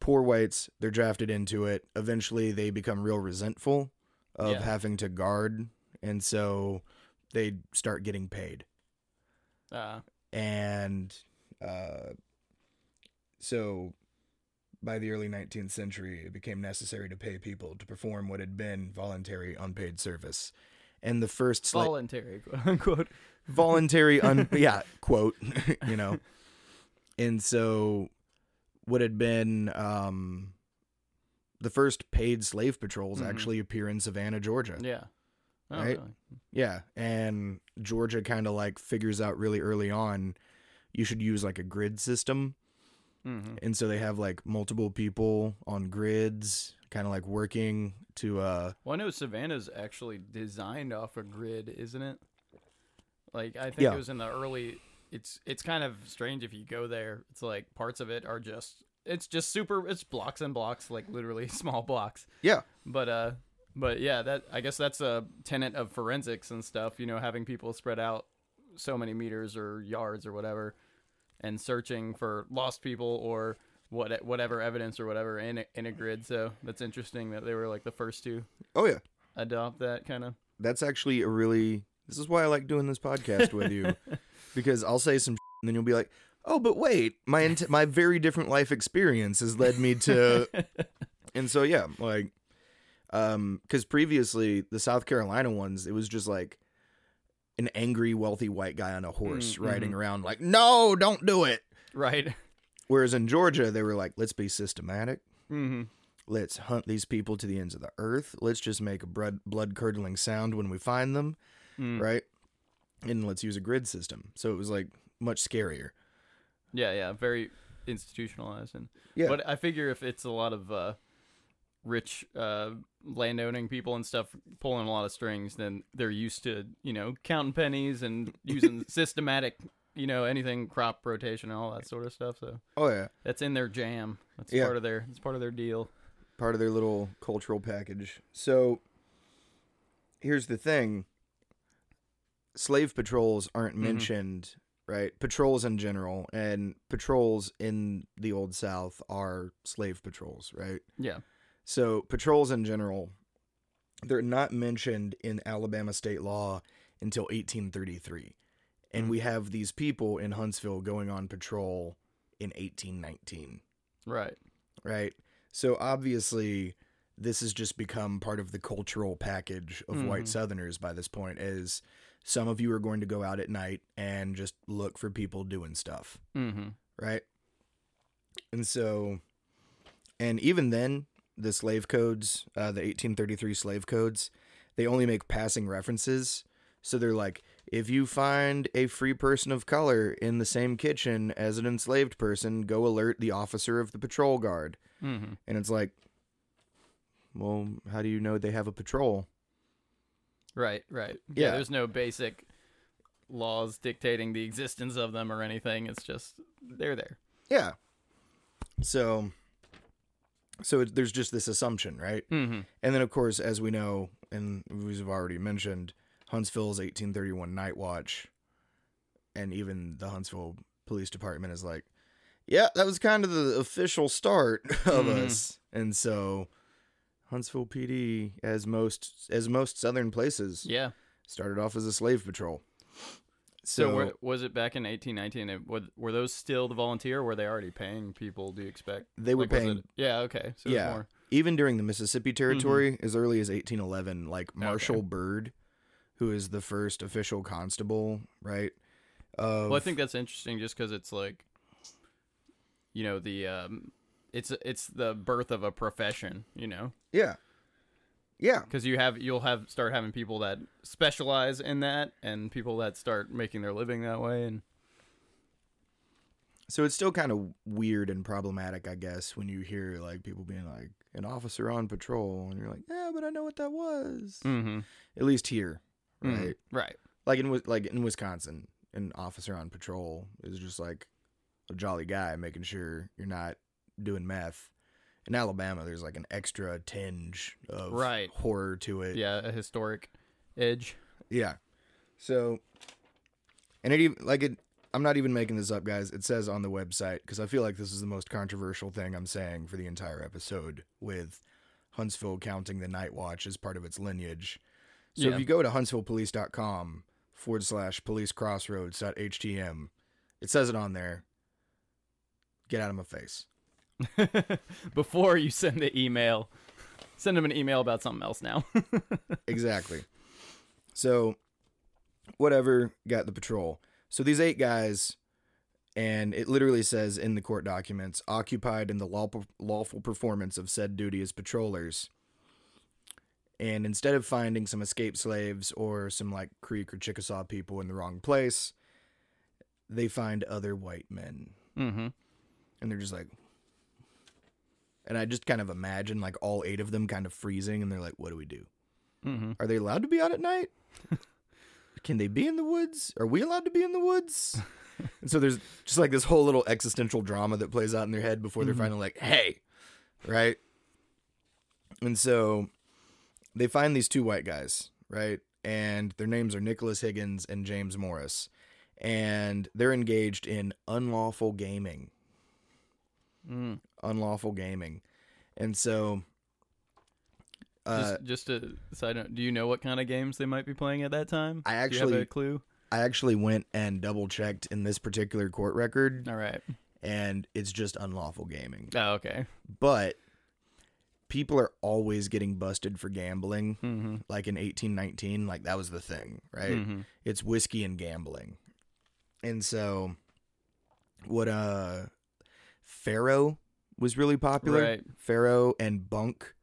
[SPEAKER 1] poor whites, they're drafted into it. Eventually, they become real resentful of
[SPEAKER 2] Yeah.
[SPEAKER 1] having to guard. And so they start getting paid.
[SPEAKER 2] Uh,
[SPEAKER 1] And uh, so by the early 19th century, it became necessary to pay people to perform what had been voluntary unpaid service. And the first slave
[SPEAKER 2] voluntary, <laughs> quote unquote.
[SPEAKER 1] <laughs> voluntary un yeah quote <laughs> you know and so what had been um the first paid slave patrols
[SPEAKER 2] Mhm.
[SPEAKER 1] actually appear in savannah georgia Mm-hmm. yeah,
[SPEAKER 2] Yeah. Oh,
[SPEAKER 1] Right?
[SPEAKER 2] really?
[SPEAKER 1] and georgia kind of like figures out really early on you should use like a grid system
[SPEAKER 2] Mhm.
[SPEAKER 1] and so they have like multiple people on grids kind of like working to uh
[SPEAKER 2] Well, I know Savannah's actually designed off a grid, isn't it? Like I think
[SPEAKER 1] Yeah.
[SPEAKER 2] it was in the early. It's it's kind of strange if you go there. It's like parts of it are just it's just super. It's blocks and blocks, like literally <laughs> small blocks.
[SPEAKER 1] yeah
[SPEAKER 2] But uh, but yeah, that I guess that's a tenet of forensics and stuff. You know, having people spread out so many meters or yards or whatever, and searching for lost people or what whatever evidence or whatever in a, in a grid. So that's interesting that they were like the first to
[SPEAKER 1] oh yeah
[SPEAKER 2] adopt that kind of.
[SPEAKER 1] that's actually a really this is why I like doing this podcast with you because I'll say some and then you'll be like, "Oh, but wait, my int- my very different life experience has led me to And so yeah, like um cuz previously the South Carolina ones, it was just like an angry wealthy white guy on a horse
[SPEAKER 2] Mm,
[SPEAKER 1] riding around like, "No, don't do it."
[SPEAKER 2] Right.
[SPEAKER 1] Whereas in Georgia, they were like, "Let's be systematic."
[SPEAKER 2] <laughs> Mm-hmm.
[SPEAKER 1] Let's hunt these people to the ends of the earth. Let's just make a blood curdling sound when we find them right? And let's use a grid system. So it was like much scarier.
[SPEAKER 2] Yeah, yeah, very institutionalized. And
[SPEAKER 1] Yeah.
[SPEAKER 2] but I figure if it's a lot of uh, rich uh, landowning people and stuff pulling a lot of strings, then they're used to you know counting pennies and using systematic, you know, anything crop rotation and all that sort of stuff. So
[SPEAKER 1] Oh yeah,
[SPEAKER 2] that's in their jam. That's
[SPEAKER 1] Yeah.
[SPEAKER 2] part of their. That's part of their deal.
[SPEAKER 1] part of their little cultural package. So here's the thing: slave patrols aren't mentioned, right? Patrols in general, and patrols in the old South are slave patrols, right?
[SPEAKER 2] Yeah.
[SPEAKER 1] So patrols in general, they're not mentioned in Alabama state law until 1833. And we have these people in Huntsville going on patrol in 1819,
[SPEAKER 2] Right.
[SPEAKER 1] right? So obviously this has just become part of the cultural package of white
[SPEAKER 2] Mhm.
[SPEAKER 1] southerners by this point is some of you are going to go out at night and just look for people doing stuff
[SPEAKER 2] Mm-hmm.
[SPEAKER 1] right? And so, and even then, the slave codes, uh, the 1833 slave codes, they only make passing references. So they're like, if you find a free person of color in the same kitchen as an enslaved person, go alert the officer of the patrol guard.
[SPEAKER 2] Mm-hmm.
[SPEAKER 1] And it's like, well, how do you know they have a patrol?
[SPEAKER 2] Right. Right.
[SPEAKER 1] Yeah.
[SPEAKER 2] yeah. There's no basic laws dictating the existence of them or anything. It's just they're there.
[SPEAKER 1] Yeah. So, so it, there's just this assumption, right?
[SPEAKER 2] Mm-hmm.
[SPEAKER 1] And then, of course, as we know, and we've already mentioned, Huntsville's 1831 Night Watch, and even the Huntsville Police Department is like, yeah, that was kind <laughs> of the official start of
[SPEAKER 2] Mhm.
[SPEAKER 1] us. And so Huntsville PD, as most as most southern places,
[SPEAKER 2] Yeah.
[SPEAKER 1] started off as a slave patrol.
[SPEAKER 2] So,
[SPEAKER 1] So,
[SPEAKER 2] were, was it back in 1819? It- Were, were those still the volunteer? Or were they already paying people? Do you expect
[SPEAKER 1] they were
[SPEAKER 2] Like, was
[SPEAKER 1] paying
[SPEAKER 2] it- yeah. Okay. So it was
[SPEAKER 1] Yeah.
[SPEAKER 2] More, Mm-hmm.
[SPEAKER 1] even during the Mississippi Territory as early as 1811. Like
[SPEAKER 2] Okay.
[SPEAKER 1] Marshal Byrd, who is the first official constable, right? Of,
[SPEAKER 2] well, I think that's interesting, just because it's like, you know, the um, it's it's the birth of a profession. You know,
[SPEAKER 1] yeah, yeah,
[SPEAKER 2] because you have you'll have start having people that specialize in that, and people that start making their living that way, and
[SPEAKER 1] So it's still kind of weird and problematic, I guess, when you hear like people being like an officer on patrol, and you're like, yeah, but I know what that was.
[SPEAKER 2] mm-hmm.
[SPEAKER 1] At least here, right?
[SPEAKER 2] right,
[SPEAKER 1] Like in Wis- like in Wisconsin, an officer on patrol is just like a jolly guy making sure you're not doing meth. In Alabama, there's like an extra tinge of
[SPEAKER 2] Right.
[SPEAKER 1] horror to it.
[SPEAKER 2] yeah, a historic edge. <laughs>
[SPEAKER 1] Yeah. So, and it even like it. I'm not even making this up, guys. It says on the website because I feel like this is the most controversial thing I'm saying for the entire episode. With Huntsville counting the Night Watch as part of its lineage. So
[SPEAKER 2] Yeah.
[SPEAKER 1] if you go to huntsvillepolice.com forward slash police crossroads dot htm, it says it on there. Get out of my face.
[SPEAKER 2] Before you send the email, send them an email about something else now. <laughs>
[SPEAKER 1] exactly. So, whatever got the patrol. So these eight guys, and it literally says in the court documents, occupied in the lawful, lawful performance of said duty as patrollers. And instead of finding some escaped slaves or some like Creek or Chickasaw people in the wrong place, they find other white men
[SPEAKER 2] mm-hmm.
[SPEAKER 1] and they're just like and i just kind of imagine like all eight of them kind of freezing and they're like what do we do
[SPEAKER 2] Mhm.
[SPEAKER 1] are they allowed to be out at night Mm-hmm. <laughs> can they be in the woods are we allowed to be in the <laughs> woods and so there's just like this whole little existential drama that plays out in their head before they're finally like hey right and so they find these two white guys right and their names are nicholas higgins and james morris and they're engaged in unlawful gaming
[SPEAKER 2] Mm.
[SPEAKER 1] unlawful gaming. And so uh,
[SPEAKER 2] just, just a side note. Do you know what kind of games they might be playing at that time?
[SPEAKER 1] I
[SPEAKER 2] Do you
[SPEAKER 1] actually-
[SPEAKER 2] have a clue.
[SPEAKER 1] I actually went and double checked in this particular court record
[SPEAKER 2] All right.
[SPEAKER 1] and it's just unlawful gaming.
[SPEAKER 2] Oh, okay.
[SPEAKER 1] But people are always getting busted for gambling
[SPEAKER 2] Mm-hmm.
[SPEAKER 1] like in 1819 like that was the thing, right?
[SPEAKER 2] Mm-hmm.
[SPEAKER 1] It's whiskey and gambling. And so what uh Pharaoh was really popular.
[SPEAKER 2] Right.
[SPEAKER 1] Pharaoh and bunk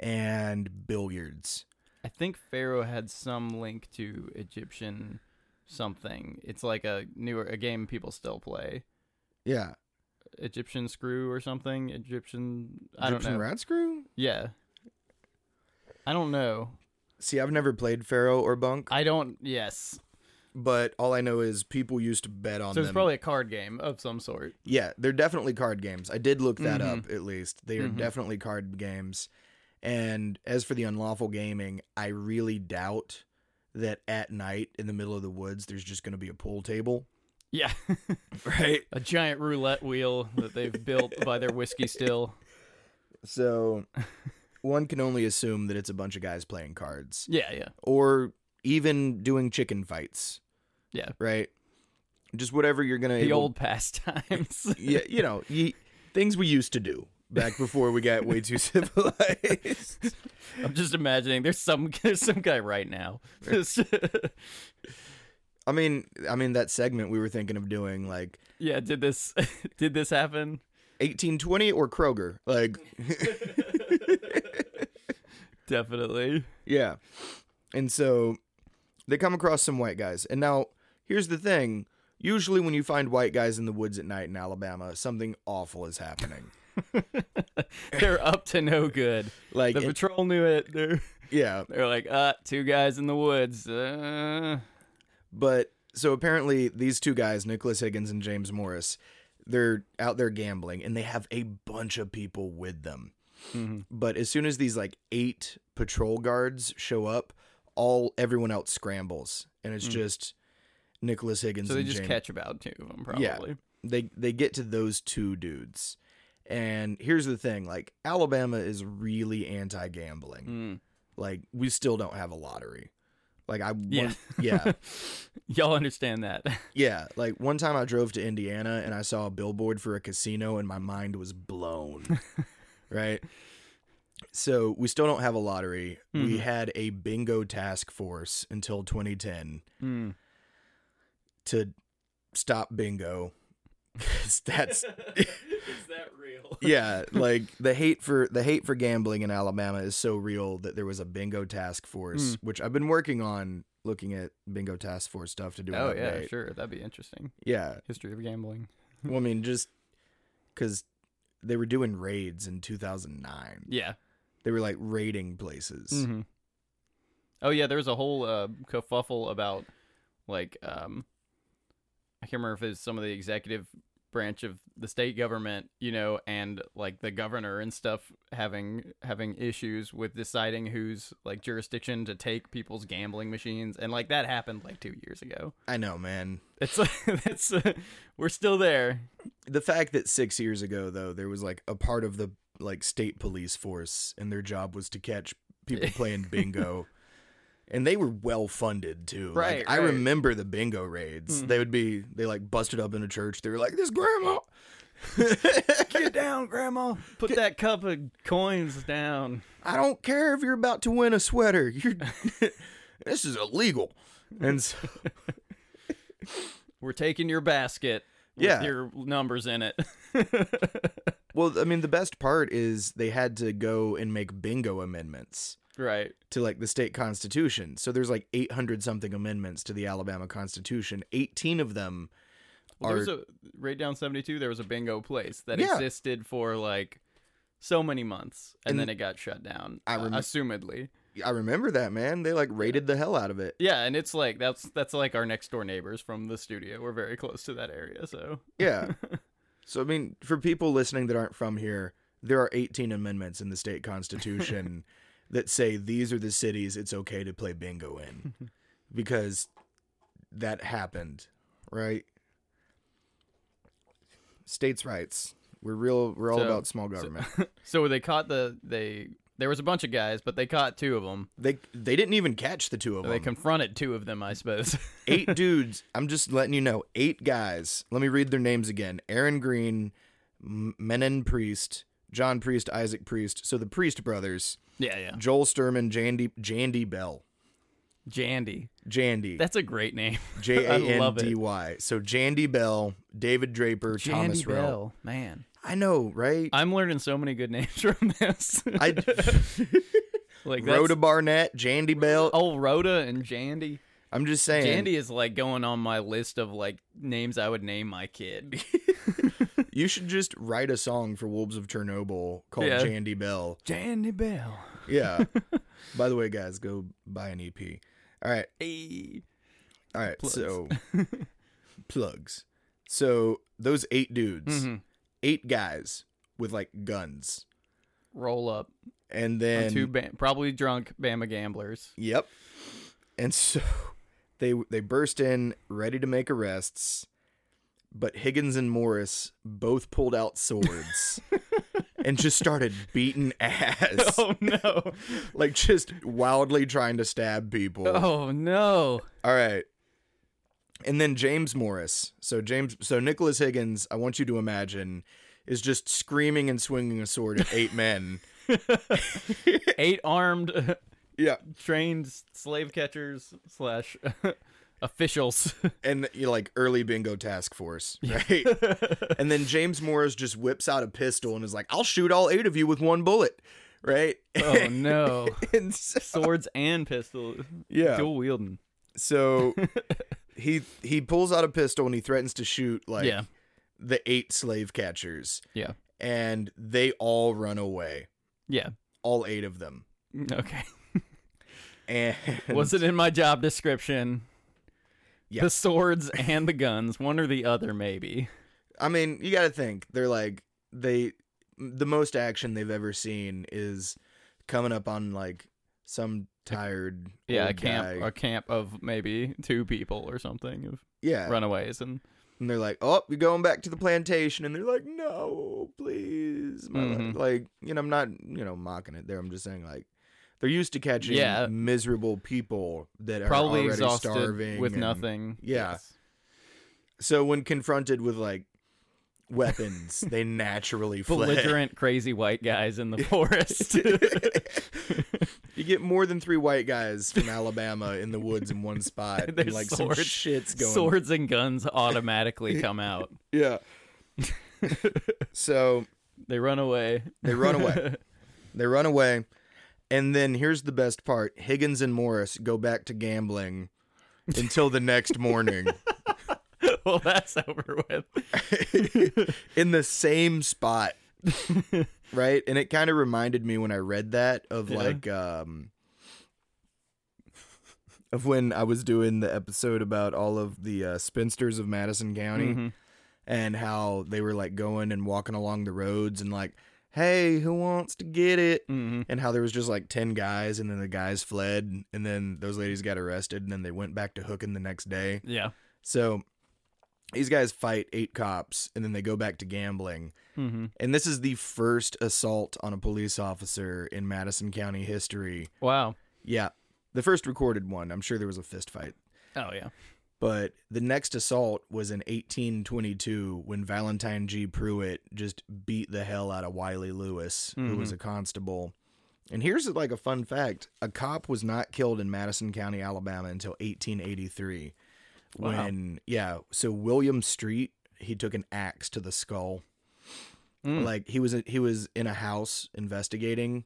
[SPEAKER 1] and billiards.
[SPEAKER 2] I think Pharaoh had some link to Egyptian something. It's like a newer a game people still play.
[SPEAKER 1] Yeah.
[SPEAKER 2] Egyptian screw or something. Egyptian. I
[SPEAKER 1] Egyptian
[SPEAKER 2] don't know.
[SPEAKER 1] rat screw?
[SPEAKER 2] Yeah. I don't know.
[SPEAKER 1] See, I've never played Pharaoh or Bunk,
[SPEAKER 2] I don't. Yes.
[SPEAKER 1] but all I know is people used to bet on
[SPEAKER 2] So it's
[SPEAKER 1] them.
[SPEAKER 2] probably a card game of some sort.
[SPEAKER 1] yeah, they're definitely card games. I did look that
[SPEAKER 2] Mhm.
[SPEAKER 1] up at least. They are
[SPEAKER 2] Mhm.
[SPEAKER 1] definitely card games. And as for the unlawful gaming, I really doubt that at night in the middle of the woods there's just going to be a pool table, <laughs>
[SPEAKER 2] Yeah. <laughs>
[SPEAKER 1] right?
[SPEAKER 2] a giant roulette wheel that they've built by their whiskey still. <laughs>
[SPEAKER 1] So one can only assume that it's a bunch of guys playing cards
[SPEAKER 2] Yeah, yeah.
[SPEAKER 1] or even doing chicken fights.
[SPEAKER 2] Yeah.
[SPEAKER 1] Right? Just whatever you're going to
[SPEAKER 2] The
[SPEAKER 1] <laughs>
[SPEAKER 2] old pastimes.
[SPEAKER 1] yeah, you know, ye, things we used to do back before we got way too <laughs> civilized.
[SPEAKER 2] I'm just imagining there's some <laughs> there's some guy right now.
[SPEAKER 1] I mean, I mean that segment we were thinking of doing like
[SPEAKER 2] <laughs> yeah, did this <laughs> did this happen?
[SPEAKER 1] 1820 or Kroger, like <laughs>
[SPEAKER 2] Definitely.
[SPEAKER 1] yeah. And so they come across some white guys. And now here's the thing, usually when you find white guys in the woods at night in Alabama, something awful is happening.
[SPEAKER 2] They're up to no good.
[SPEAKER 1] Like
[SPEAKER 2] The
[SPEAKER 1] it-
[SPEAKER 2] patrol knew it. They're,
[SPEAKER 1] yeah,
[SPEAKER 2] they're like, uh, two guys in the woods. Uh,
[SPEAKER 1] But so apparently these two guys, Nicholas Higgins and James Morris, they're out there gambling and they have a bunch of people with them.
[SPEAKER 2] Mhm.
[SPEAKER 1] But as soon as these like eight patrol guards show up, all everyone else scrambles and it's just Nicholas Higgins
[SPEAKER 2] Hmm. so they
[SPEAKER 1] and
[SPEAKER 2] just
[SPEAKER 1] James.
[SPEAKER 2] catch about two of them
[SPEAKER 1] Yeah.
[SPEAKER 2] probably.
[SPEAKER 1] They they get to those two dudes. And here's the thing like, Alabama is really anti gambling.
[SPEAKER 2] Mm.
[SPEAKER 1] Like, we still don't have a lottery. Like, I, one,
[SPEAKER 2] Yeah.
[SPEAKER 1] yeah.
[SPEAKER 2] Y'all understand that. <laughs>
[SPEAKER 1] Yeah, like one time I drove to Indiana and I saw a billboard for a casino and my mind was
[SPEAKER 2] <laughs>
[SPEAKER 1] blown. right? So, we still don't have a lottery. We
[SPEAKER 2] Mhm.
[SPEAKER 1] had a bingo task force until 2010 <laughs>
[SPEAKER 2] Mm.
[SPEAKER 1] to stop bingo. <laughs> 'Cause
[SPEAKER 2] <laughs>
[SPEAKER 1] that's
[SPEAKER 2] that real?
[SPEAKER 1] yeah, like the hate for the hate for gambling in Alabama is so real that there was a bingo task
[SPEAKER 2] Mm.
[SPEAKER 1] force, which I've been working on looking at bingo task force stuff to do. an
[SPEAKER 2] Oh yeah,
[SPEAKER 1] update.
[SPEAKER 2] sure. That'd be interesting.
[SPEAKER 1] Yeah,
[SPEAKER 2] History of gambling.
[SPEAKER 1] Well, I mean, just because they were doing raids in 2009.
[SPEAKER 2] Yeah.
[SPEAKER 1] They were like raiding places.
[SPEAKER 2] hmm Oh yeah, there was a whole uh, kerfuffle about like um, I can't remember if it was some of the executive branch of the state government, you know, and like the governor and stuff having having issues with deciding whose like jurisdiction to take people's gambling machines, and like that happened like two years ago.
[SPEAKER 1] I know, man.
[SPEAKER 2] It's <laughs> it's uh, we're still there.
[SPEAKER 1] The fact that six years ago, though, there was like a part of the like state police force and their job was to catch
[SPEAKER 2] <laughs>
[SPEAKER 1] people playing bingo. And they were well funded too. Like,
[SPEAKER 2] Right,
[SPEAKER 1] I
[SPEAKER 2] right. Mm.
[SPEAKER 1] remember the bingo raids. They would be they like busted up in a church. They were like, "This grandma,
[SPEAKER 2] Get down,
[SPEAKER 1] <laughs>
[SPEAKER 2] Grandma. Put that cup of coins down.
[SPEAKER 1] I don't care if you're about to win a sweater. You're <laughs> this is illegal." And so,
[SPEAKER 2] We're taking your basket. With
[SPEAKER 1] Yeah.
[SPEAKER 2] your numbers in it. <laughs>
[SPEAKER 1] Well, I mean, the best part is they had to go and make bingo amendments
[SPEAKER 2] right.
[SPEAKER 1] to like the state constitution. So there's like 800 something amendments to the Alabama Constitution. 18 of them
[SPEAKER 2] Well,
[SPEAKER 1] are
[SPEAKER 2] there was a right down 72 there was a bingo place that
[SPEAKER 1] Yeah.
[SPEAKER 2] existed for like so many months and,
[SPEAKER 1] And
[SPEAKER 2] then it got shut down
[SPEAKER 1] I
[SPEAKER 2] uh,
[SPEAKER 1] rem-
[SPEAKER 2] assumedly
[SPEAKER 1] I remember that, man. They like raided the hell out of it.
[SPEAKER 2] yeah and it's like that's that's like our next door neighbors from the studio we're very close to that area so <laughs>
[SPEAKER 1] Yeah. so I mean, for people listening that aren't from here, there are 18 amendments in the state
[SPEAKER 2] <laughs>
[SPEAKER 1] constitution that say these are the cities it's okay to play bingo in
[SPEAKER 2] <laughs>
[SPEAKER 1] because that happened, right? States' rights. We're real. We're all
[SPEAKER 2] So-
[SPEAKER 1] about small
[SPEAKER 2] <laughs>
[SPEAKER 1] government.
[SPEAKER 2] so they caught the they there was a bunch of guys but they caught two of them
[SPEAKER 1] they they didn't even catch the two of
[SPEAKER 2] they
[SPEAKER 1] them.
[SPEAKER 2] confronted two of them i suppose <laughs>
[SPEAKER 1] eight dudes. I'm just letting you know. Eight guys. Let me read their names again. Aaron Green, M- Menon Priest, John Priest, Isaac Priest. So the Priest brothers,
[SPEAKER 2] yeah yeah
[SPEAKER 1] Joel Sturman, Jandy, Jandy Bell,
[SPEAKER 2] jandy
[SPEAKER 1] Jandy,
[SPEAKER 2] that's a great name
[SPEAKER 1] <laughs> J
[SPEAKER 2] I
[SPEAKER 1] A N
[SPEAKER 2] love it.
[SPEAKER 1] D Y. So Jandy Bell, David Draper, Thomas
[SPEAKER 2] jandy
[SPEAKER 1] Rell.
[SPEAKER 2] bell man
[SPEAKER 1] I know, right?
[SPEAKER 2] <laughs> i'm learning so many good names <laughs> from this
[SPEAKER 1] I
[SPEAKER 2] like that's,
[SPEAKER 1] Rhoda Barnett, Jandy Bell.
[SPEAKER 2] oh rhoda and jandy
[SPEAKER 1] I'm just saying.
[SPEAKER 2] Jandy is like going on my list of like names I would name my kid. <laughs>
[SPEAKER 1] You should just write a song for Wolves of Chernobyl called
[SPEAKER 2] Yeah.
[SPEAKER 1] Jandy Bell.
[SPEAKER 2] Jandy Bell. <laughs>
[SPEAKER 1] Yeah. By the way, guys, go buy an EP. All right.
[SPEAKER 2] Hey.
[SPEAKER 1] All right.
[SPEAKER 2] Plugs. <laughs>
[SPEAKER 1] So, plugs. So, those eight dudes,
[SPEAKER 2] Mm-hmm.
[SPEAKER 1] eight guys with like guns.
[SPEAKER 2] Roll up
[SPEAKER 1] And
[SPEAKER 2] on
[SPEAKER 1] then,
[SPEAKER 2] two ba- probably drunk Bama gamblers.
[SPEAKER 1] yep. And <laughs> so they they burst in ready to make arrests, but Higgins and Morris both pulled out swords and just started beating
[SPEAKER 2] <laughs>
[SPEAKER 1] ass,
[SPEAKER 2] <laughs> Oh no!
[SPEAKER 1] like just wildly trying to stab people.
[SPEAKER 2] <laughs> oh no!
[SPEAKER 1] All right. And then James Morris. So James so Nicholas Higgins, I want you to imagine is just screaming and swinging a sword at
[SPEAKER 2] <laughs>
[SPEAKER 1] eight men.
[SPEAKER 2] Eight armed <laughs>
[SPEAKER 1] Yeah.
[SPEAKER 2] trained slave catchers slash <laughs> officials. <laughs>
[SPEAKER 1] And you know, like early bingo task force, right? and then James Morris just whips out a pistol and is like, "I'll shoot all eight of you with one bullet." Right? <laughs>
[SPEAKER 2] oh <laughs> no!
[SPEAKER 1] and so,
[SPEAKER 2] Swords and pistols,
[SPEAKER 1] yeah.
[SPEAKER 2] dual wielding. <laughs>
[SPEAKER 1] So he he pulls out a pistol and he threatens to shoot like
[SPEAKER 2] Yeah.
[SPEAKER 1] the eight slave catchers
[SPEAKER 2] Yeah,
[SPEAKER 1] and they all run away.
[SPEAKER 2] yeah. Mm,
[SPEAKER 1] all eight of them.
[SPEAKER 2] Okay.
[SPEAKER 1] And
[SPEAKER 2] Was it in my job description?
[SPEAKER 1] Yeah.
[SPEAKER 2] The swords and the guns, one or the other, maybe.
[SPEAKER 1] I mean, you got to think they're like they the most action they've ever seen is coming up on like some tired
[SPEAKER 2] Yeah,
[SPEAKER 1] old
[SPEAKER 2] a camp,
[SPEAKER 1] guy.
[SPEAKER 2] a camp of maybe two people or something of
[SPEAKER 1] yeah
[SPEAKER 2] runaways, and
[SPEAKER 1] and they're like, "Oh, you're going back to the plantation," and they're like, "No, please." my li-"
[SPEAKER 2] Mhm.
[SPEAKER 1] Like, you know, I'm not, you know, mocking it there. I'm just saying, like, they're used to catching
[SPEAKER 2] Yeah.
[SPEAKER 1] miserable people that are
[SPEAKER 2] Probably
[SPEAKER 1] already
[SPEAKER 2] exhausted
[SPEAKER 1] starving
[SPEAKER 2] with
[SPEAKER 1] and-
[SPEAKER 2] nothing.
[SPEAKER 1] Yeah. <laughs>
[SPEAKER 2] Yes.
[SPEAKER 1] So when confronted with like weapons, they naturally flee.
[SPEAKER 2] <laughs> Belligerent, crazy white
[SPEAKER 1] <laughs>
[SPEAKER 2] guys in the forest.
[SPEAKER 1] you get more than three white guys from Alabama in the woods in one spot,
[SPEAKER 2] Their
[SPEAKER 1] and like
[SPEAKER 2] swords-
[SPEAKER 1] some shits going.
[SPEAKER 2] <laughs> Swords and guns automatically come out.
[SPEAKER 1] Yeah. so
[SPEAKER 2] They run away. <laughs>
[SPEAKER 1] They run away. They run away. And then here's the best part Higgins and Morris go back to gambling until the next morning
[SPEAKER 2] well, that's over with.
[SPEAKER 1] in the same spot. <laughs> right? And it kind of reminded me when I read that of
[SPEAKER 2] Yeah.
[SPEAKER 1] like, um, of when I was doing the episode about all of the uh, spinsters of Madison County.
[SPEAKER 2] Mhm.
[SPEAKER 1] and how they were like going and walking along the roads and like, hey, who wants to get it?
[SPEAKER 2] Mhm.
[SPEAKER 1] And how there was just like 10 guys and then the guys fled and then those ladies got arrested and then they went back to hooking the next day.
[SPEAKER 2] Yeah.
[SPEAKER 1] So these guys fight eight cops and then they go back to gambling.
[SPEAKER 2] hmm
[SPEAKER 1] And this is the first assault on a police officer in Madison County history.
[SPEAKER 2] Wow.
[SPEAKER 1] Yeah. The first recorded one. I'm sure there was a fist fight.
[SPEAKER 2] Oh yeah.
[SPEAKER 1] But the next assault was in 1822 when Valentine G. Pruitt just beat the hell out of Wiley Lewis, who
[SPEAKER 2] Mhm.
[SPEAKER 1] was a constable. And here's like a fun fact a cop was not killed in Madison County, Alabama until 1883.
[SPEAKER 2] Wow.
[SPEAKER 1] When, yeah, so William Street, he took an axe to the skull.
[SPEAKER 2] Mm.
[SPEAKER 1] Like he was he was in a house investigating,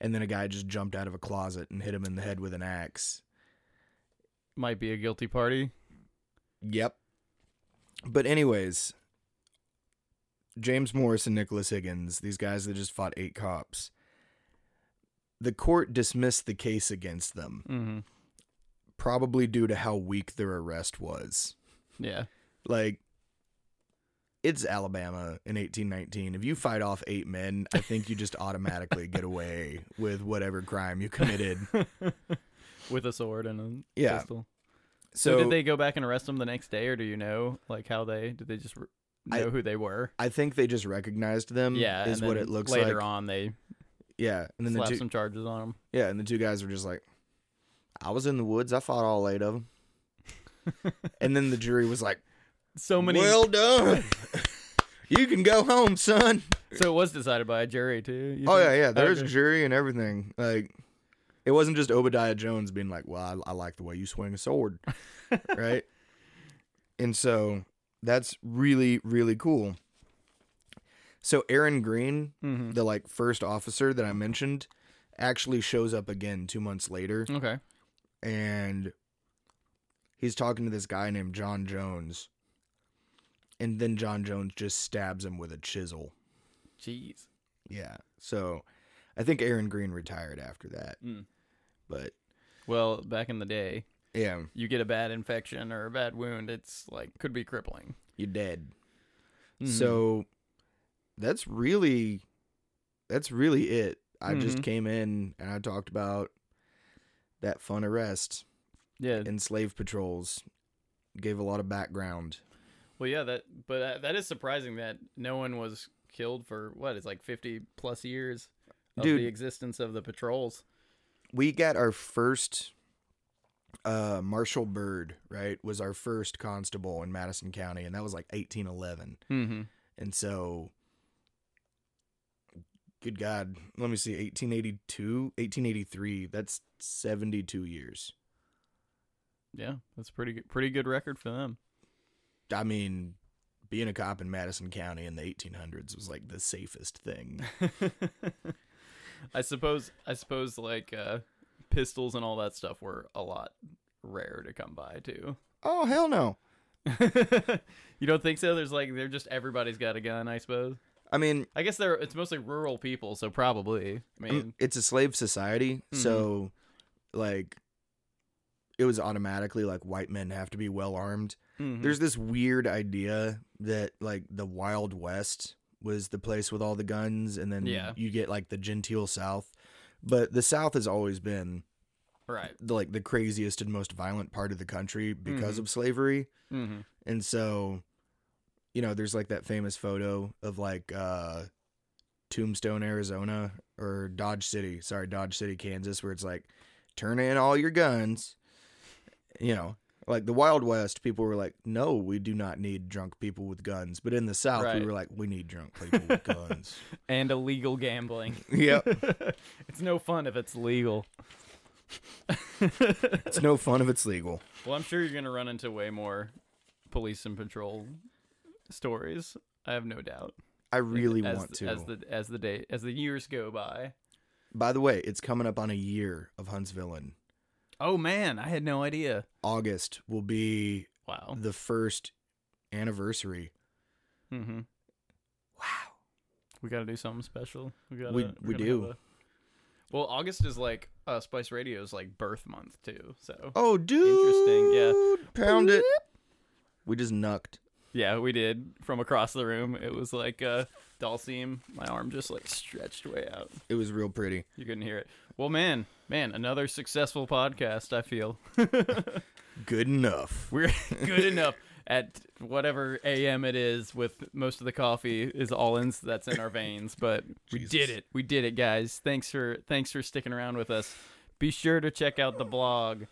[SPEAKER 1] and then a guy just jumped out of a closet and hit him in the head with an axe.
[SPEAKER 2] Might be a guilty party.
[SPEAKER 1] Yep. But anyways, James Morris and Nicholas Higgins, these guys that just fought eight cops, the court dismissed the case against them,
[SPEAKER 2] hmm
[SPEAKER 1] probably due to how weak their arrest was.
[SPEAKER 2] Yeah.
[SPEAKER 1] Like it's Alabama in 1819. If you fight off eight men, I think you just automatically get away with whatever crime you committed.
[SPEAKER 2] With a sword and a
[SPEAKER 1] Yeah.
[SPEAKER 2] pistol. <laughs> So,
[SPEAKER 1] So,
[SPEAKER 2] did they go back and arrest them the next day, or do you know like how they did? They just r
[SPEAKER 1] I-
[SPEAKER 2] know who they were.
[SPEAKER 1] I think they just recognized them.
[SPEAKER 2] Yeah,
[SPEAKER 1] is
[SPEAKER 2] and
[SPEAKER 1] what
[SPEAKER 2] then
[SPEAKER 1] it looks
[SPEAKER 2] later
[SPEAKER 1] like.
[SPEAKER 2] on. They
[SPEAKER 1] Yeah, and then the
[SPEAKER 2] slapped
[SPEAKER 1] two,
[SPEAKER 2] some charges on them.
[SPEAKER 1] Yeah, and the two guys were just like, I was in the woods. I fought all eight of them.
[SPEAKER 2] <laughs>
[SPEAKER 1] and then the jury was like,
[SPEAKER 2] So many.
[SPEAKER 1] Well
[SPEAKER 2] <laughs>
[SPEAKER 1] done. you can go home, son.
[SPEAKER 2] so it was decided by a jury too. you
[SPEAKER 1] Oh, yeah,
[SPEAKER 2] think?
[SPEAKER 1] yeah. There's a
[SPEAKER 2] Okay.
[SPEAKER 1] jury and everything. Like, it wasn't just Obadiah Jones being like, Well, I, I like the way you swing a
[SPEAKER 2] <laughs>
[SPEAKER 1] sword. right? And so that's really, really cool. So Aaron Green,
[SPEAKER 2] Mhm.
[SPEAKER 1] the like first officer that I mentioned, actually shows up again two months later.
[SPEAKER 2] Okay.
[SPEAKER 1] and he's talking to this guy named John Jones. And then John Jones just stabs him with a chisel.
[SPEAKER 2] Jeez.
[SPEAKER 1] Yeah. So I think Aaron Green retired after that.
[SPEAKER 2] Mm.
[SPEAKER 1] But
[SPEAKER 2] Well, back in the day,
[SPEAKER 1] yeah,
[SPEAKER 2] you get a bad infection or a bad wound, it's like could be crippling.
[SPEAKER 1] you're dead.
[SPEAKER 2] Mhm.
[SPEAKER 1] So that's really that's really it. I just
[SPEAKER 2] Mhm.
[SPEAKER 1] came in and I talked about that fun arrest
[SPEAKER 2] yeah,
[SPEAKER 1] and slave patrols. Gave a lot of background.
[SPEAKER 2] Well, yeah, that but uh, that is surprising that no one was killed for what is like fifty plus years of
[SPEAKER 1] Dude.
[SPEAKER 2] the existence of the patrols.
[SPEAKER 1] we got our first uh Marshall Byrd, right, was our first constable in Madison County and that was like 1811.
[SPEAKER 2] Mm-hmm.
[SPEAKER 1] And so good god, let me see 1882, 1883, that's 72 years.
[SPEAKER 2] Yeah, that's pretty good, pretty good record for them.
[SPEAKER 1] I mean, being a cop in Madison County in the 1800s was like the safest thing.
[SPEAKER 2] I suppose I suppose like uh, pistols and all that stuff were a lot rare to come by too. <laughs>
[SPEAKER 1] oh, hell no.
[SPEAKER 2] you don't think so? There's like they're just everybody's got a gun. I suppose.
[SPEAKER 1] I mean,
[SPEAKER 2] I guess they're it's mostly rural people, so probably. I mean,
[SPEAKER 1] it's a slave society, so like it was automatically like white men have to be well armed.
[SPEAKER 2] mhm.
[SPEAKER 1] mm-hmm. There's this weird idea that like the Wild West was the place with all the guns, and then
[SPEAKER 2] Yeah.
[SPEAKER 1] you get like the genteel South. But the South has always been
[SPEAKER 2] right.
[SPEAKER 1] the, like the craziest and most violent part of the country because
[SPEAKER 2] Mhm.
[SPEAKER 1] of slavery,
[SPEAKER 2] Mm-hmm.
[SPEAKER 1] and so you know, there's like that famous photo of like uh Tombstone, Arizona or Dodge City, sorry, Dodge City, Kansas, where it's like turn in all your guns. You know, like the Wild West, people were like, "No, we do not need drunk people with guns." But in the South,
[SPEAKER 2] Right.
[SPEAKER 1] we were like, "We need drunk people with
[SPEAKER 2] <laughs>
[SPEAKER 1] guns."
[SPEAKER 2] and illegal gambling.
[SPEAKER 1] yep.
[SPEAKER 2] it's no fun if it's legal. well,
[SPEAKER 1] It's no fun if it's legal.
[SPEAKER 2] I'm sure you're going to run into way more police and patrol stories. I have no doubt.
[SPEAKER 1] I really
[SPEAKER 2] as,
[SPEAKER 1] want to.
[SPEAKER 2] as the as the day as the years go by.
[SPEAKER 1] By the way, it's coming up on a year of Huntsville. and
[SPEAKER 2] Oh man, I had no idea.
[SPEAKER 1] August will be
[SPEAKER 2] Wow.
[SPEAKER 1] the first anniversary.
[SPEAKER 2] Mm-hmm.
[SPEAKER 1] Wow.
[SPEAKER 2] We got to do something special. We got
[SPEAKER 1] We- we do.
[SPEAKER 2] well, August is like uh, Spice Radio's like birth month too. So
[SPEAKER 1] Oh, dude.
[SPEAKER 2] Interesting, yeah.
[SPEAKER 1] Pound it. We just knucked.
[SPEAKER 2] yeah, we did from across the room. It was like uh, Dalseem. My arm just like stretched way out.
[SPEAKER 1] It was real pretty.
[SPEAKER 2] You couldn't hear it. Well, man, man, another successful podcast. I feel
[SPEAKER 1] Good enough. <laughs>
[SPEAKER 2] we're good enough at whatever AM it is. With most of the coffee is all in that's in our veins, but we did
[SPEAKER 1] Jesus.
[SPEAKER 2] it. We did it, guys. Thanks for thanks for sticking around with us. Be sure to check out the blog,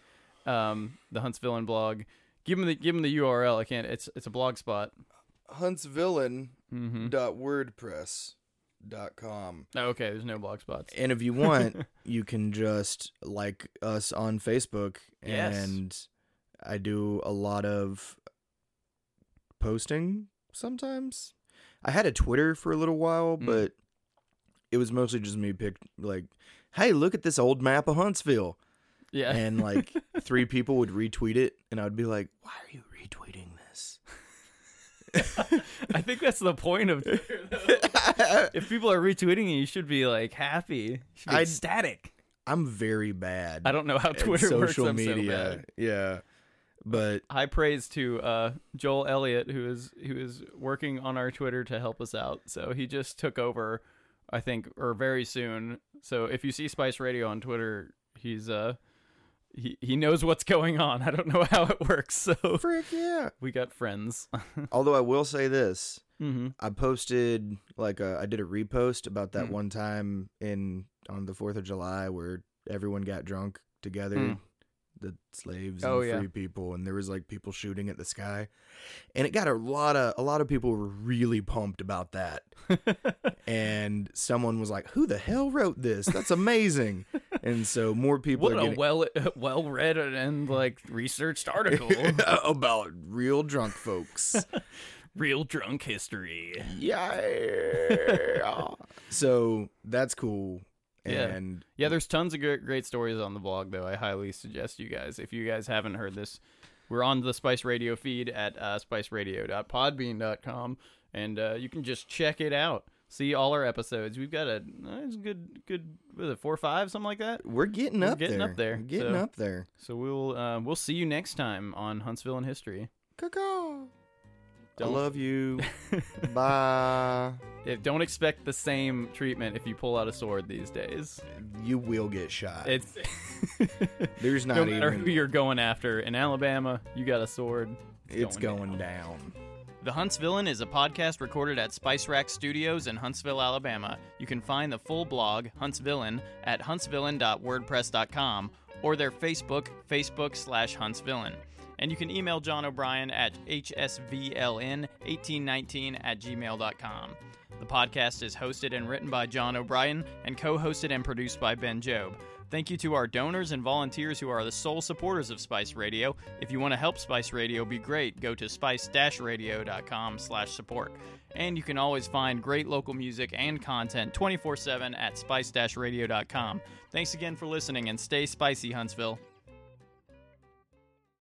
[SPEAKER 2] um, the Huntsvillain blog. Give them the give them the URL. I can't. It's it's a blog spot. Mm-hmm.
[SPEAKER 1] huntsvillain.wordpress.com.
[SPEAKER 2] Oh, Okay, there's no blog spots.
[SPEAKER 1] And if you
[SPEAKER 2] <laughs>
[SPEAKER 1] want, you can just like us on Facebook.
[SPEAKER 2] Yes.
[SPEAKER 1] And I do a lot of posting sometimes. I had a Twitter for a little while,
[SPEAKER 2] Mm.
[SPEAKER 1] but it was mostly just me picked like, hey, look at this old map of Huntsville.
[SPEAKER 2] Yeah.
[SPEAKER 1] and like three people would retweet it and i would be like why are you retweeting this
[SPEAKER 2] <laughs> I think that's the point of Twitter, though. If people are retweeting you, you should be like happy, you should be
[SPEAKER 1] I'd-
[SPEAKER 2] ecstatic.
[SPEAKER 1] i'm very bad
[SPEAKER 2] I don't know how
[SPEAKER 1] at
[SPEAKER 2] Twitter
[SPEAKER 1] social
[SPEAKER 2] works. I'm so
[SPEAKER 1] media
[SPEAKER 2] bad.
[SPEAKER 1] yeah but
[SPEAKER 2] High praise to uh, Joel Elliott, who is who is working on our Twitter to help us out. So he just took over, I think, or very soon. So if you see Spice Radio on Twitter, he's uh he he knows what's going on. <laughs> I don't know how it works. So <laughs>
[SPEAKER 1] frick yeah
[SPEAKER 2] we got friends. <laughs>
[SPEAKER 1] although i will say this
[SPEAKER 2] mm-hmm.
[SPEAKER 1] i posted like a, i did a repost about that
[SPEAKER 2] Mm.
[SPEAKER 1] one time in on the 4th of july where everyone got drunk together
[SPEAKER 2] Mm.
[SPEAKER 1] the slaves
[SPEAKER 2] Oh,
[SPEAKER 1] and
[SPEAKER 2] yeah.
[SPEAKER 1] free people and there was like people shooting at the sky and it got a lot of a lot of people were really pumped about that and someone was like, "Who the hell wrote this? That's
[SPEAKER 2] <laughs>
[SPEAKER 1] amazing!" and so more people
[SPEAKER 2] What
[SPEAKER 1] are
[SPEAKER 2] a
[SPEAKER 1] getting
[SPEAKER 2] well <laughs> well read and like researched
[SPEAKER 1] <laughs>
[SPEAKER 2] article.
[SPEAKER 1] about real drunk folks.
[SPEAKER 2] Real drunk history.
[SPEAKER 1] yeah. so that's cool.
[SPEAKER 2] Yeah.
[SPEAKER 1] And
[SPEAKER 2] Yeah, there's tons of great, great stories on the blog, though. I highly suggest you guys, if you guys haven't heard this, we're on the Spice Radio feed at uh, spiceradio.podbean.com, and uh, you can just check it out. See all our episodes. We've got a uh, it's good, good, was it four or five, something like that?
[SPEAKER 1] we're getting
[SPEAKER 2] We're
[SPEAKER 1] up
[SPEAKER 2] getting
[SPEAKER 1] there.
[SPEAKER 2] up there,
[SPEAKER 1] We're getting
[SPEAKER 2] so-
[SPEAKER 1] up there.
[SPEAKER 2] So we'll uh, we'll see you next time on Huntsville in History. <laughs>
[SPEAKER 1] Caw-caw. I
[SPEAKER 2] Don't-
[SPEAKER 1] love
[SPEAKER 2] <laughs>
[SPEAKER 1] you. Bye.
[SPEAKER 2] If, don't expect the same treatment if you pull out a sword these days.
[SPEAKER 1] You will get shot.
[SPEAKER 2] It's <laughs>
[SPEAKER 1] There's not
[SPEAKER 2] no matter
[SPEAKER 1] even.
[SPEAKER 2] who you're going after. In Alabama, you got a sword.
[SPEAKER 1] it's
[SPEAKER 2] going
[SPEAKER 1] going down.
[SPEAKER 2] The Huntsvillein is a podcast recorded at Spice Rack Studios in Huntsville, Alabama. You can find the full blog, Huntsvillein, at huntsvillein.wordpress.com or their Facebook, Facebook slash Huntsvillein. And you can email John O'Brien at hsvln1819 at gmail.com. The podcast is hosted and written by John O'Brien and co hosted and produced by Ben Job. Thank you to our donors and volunteers who are the sole supporters of Spice Radio. If you want to help Spice Radio be great, go to spice-radio.com slash support. And you can always find great local music and content 24-7 at spice-radio.com. Thanks again for listening and stay spicy, Huntsville.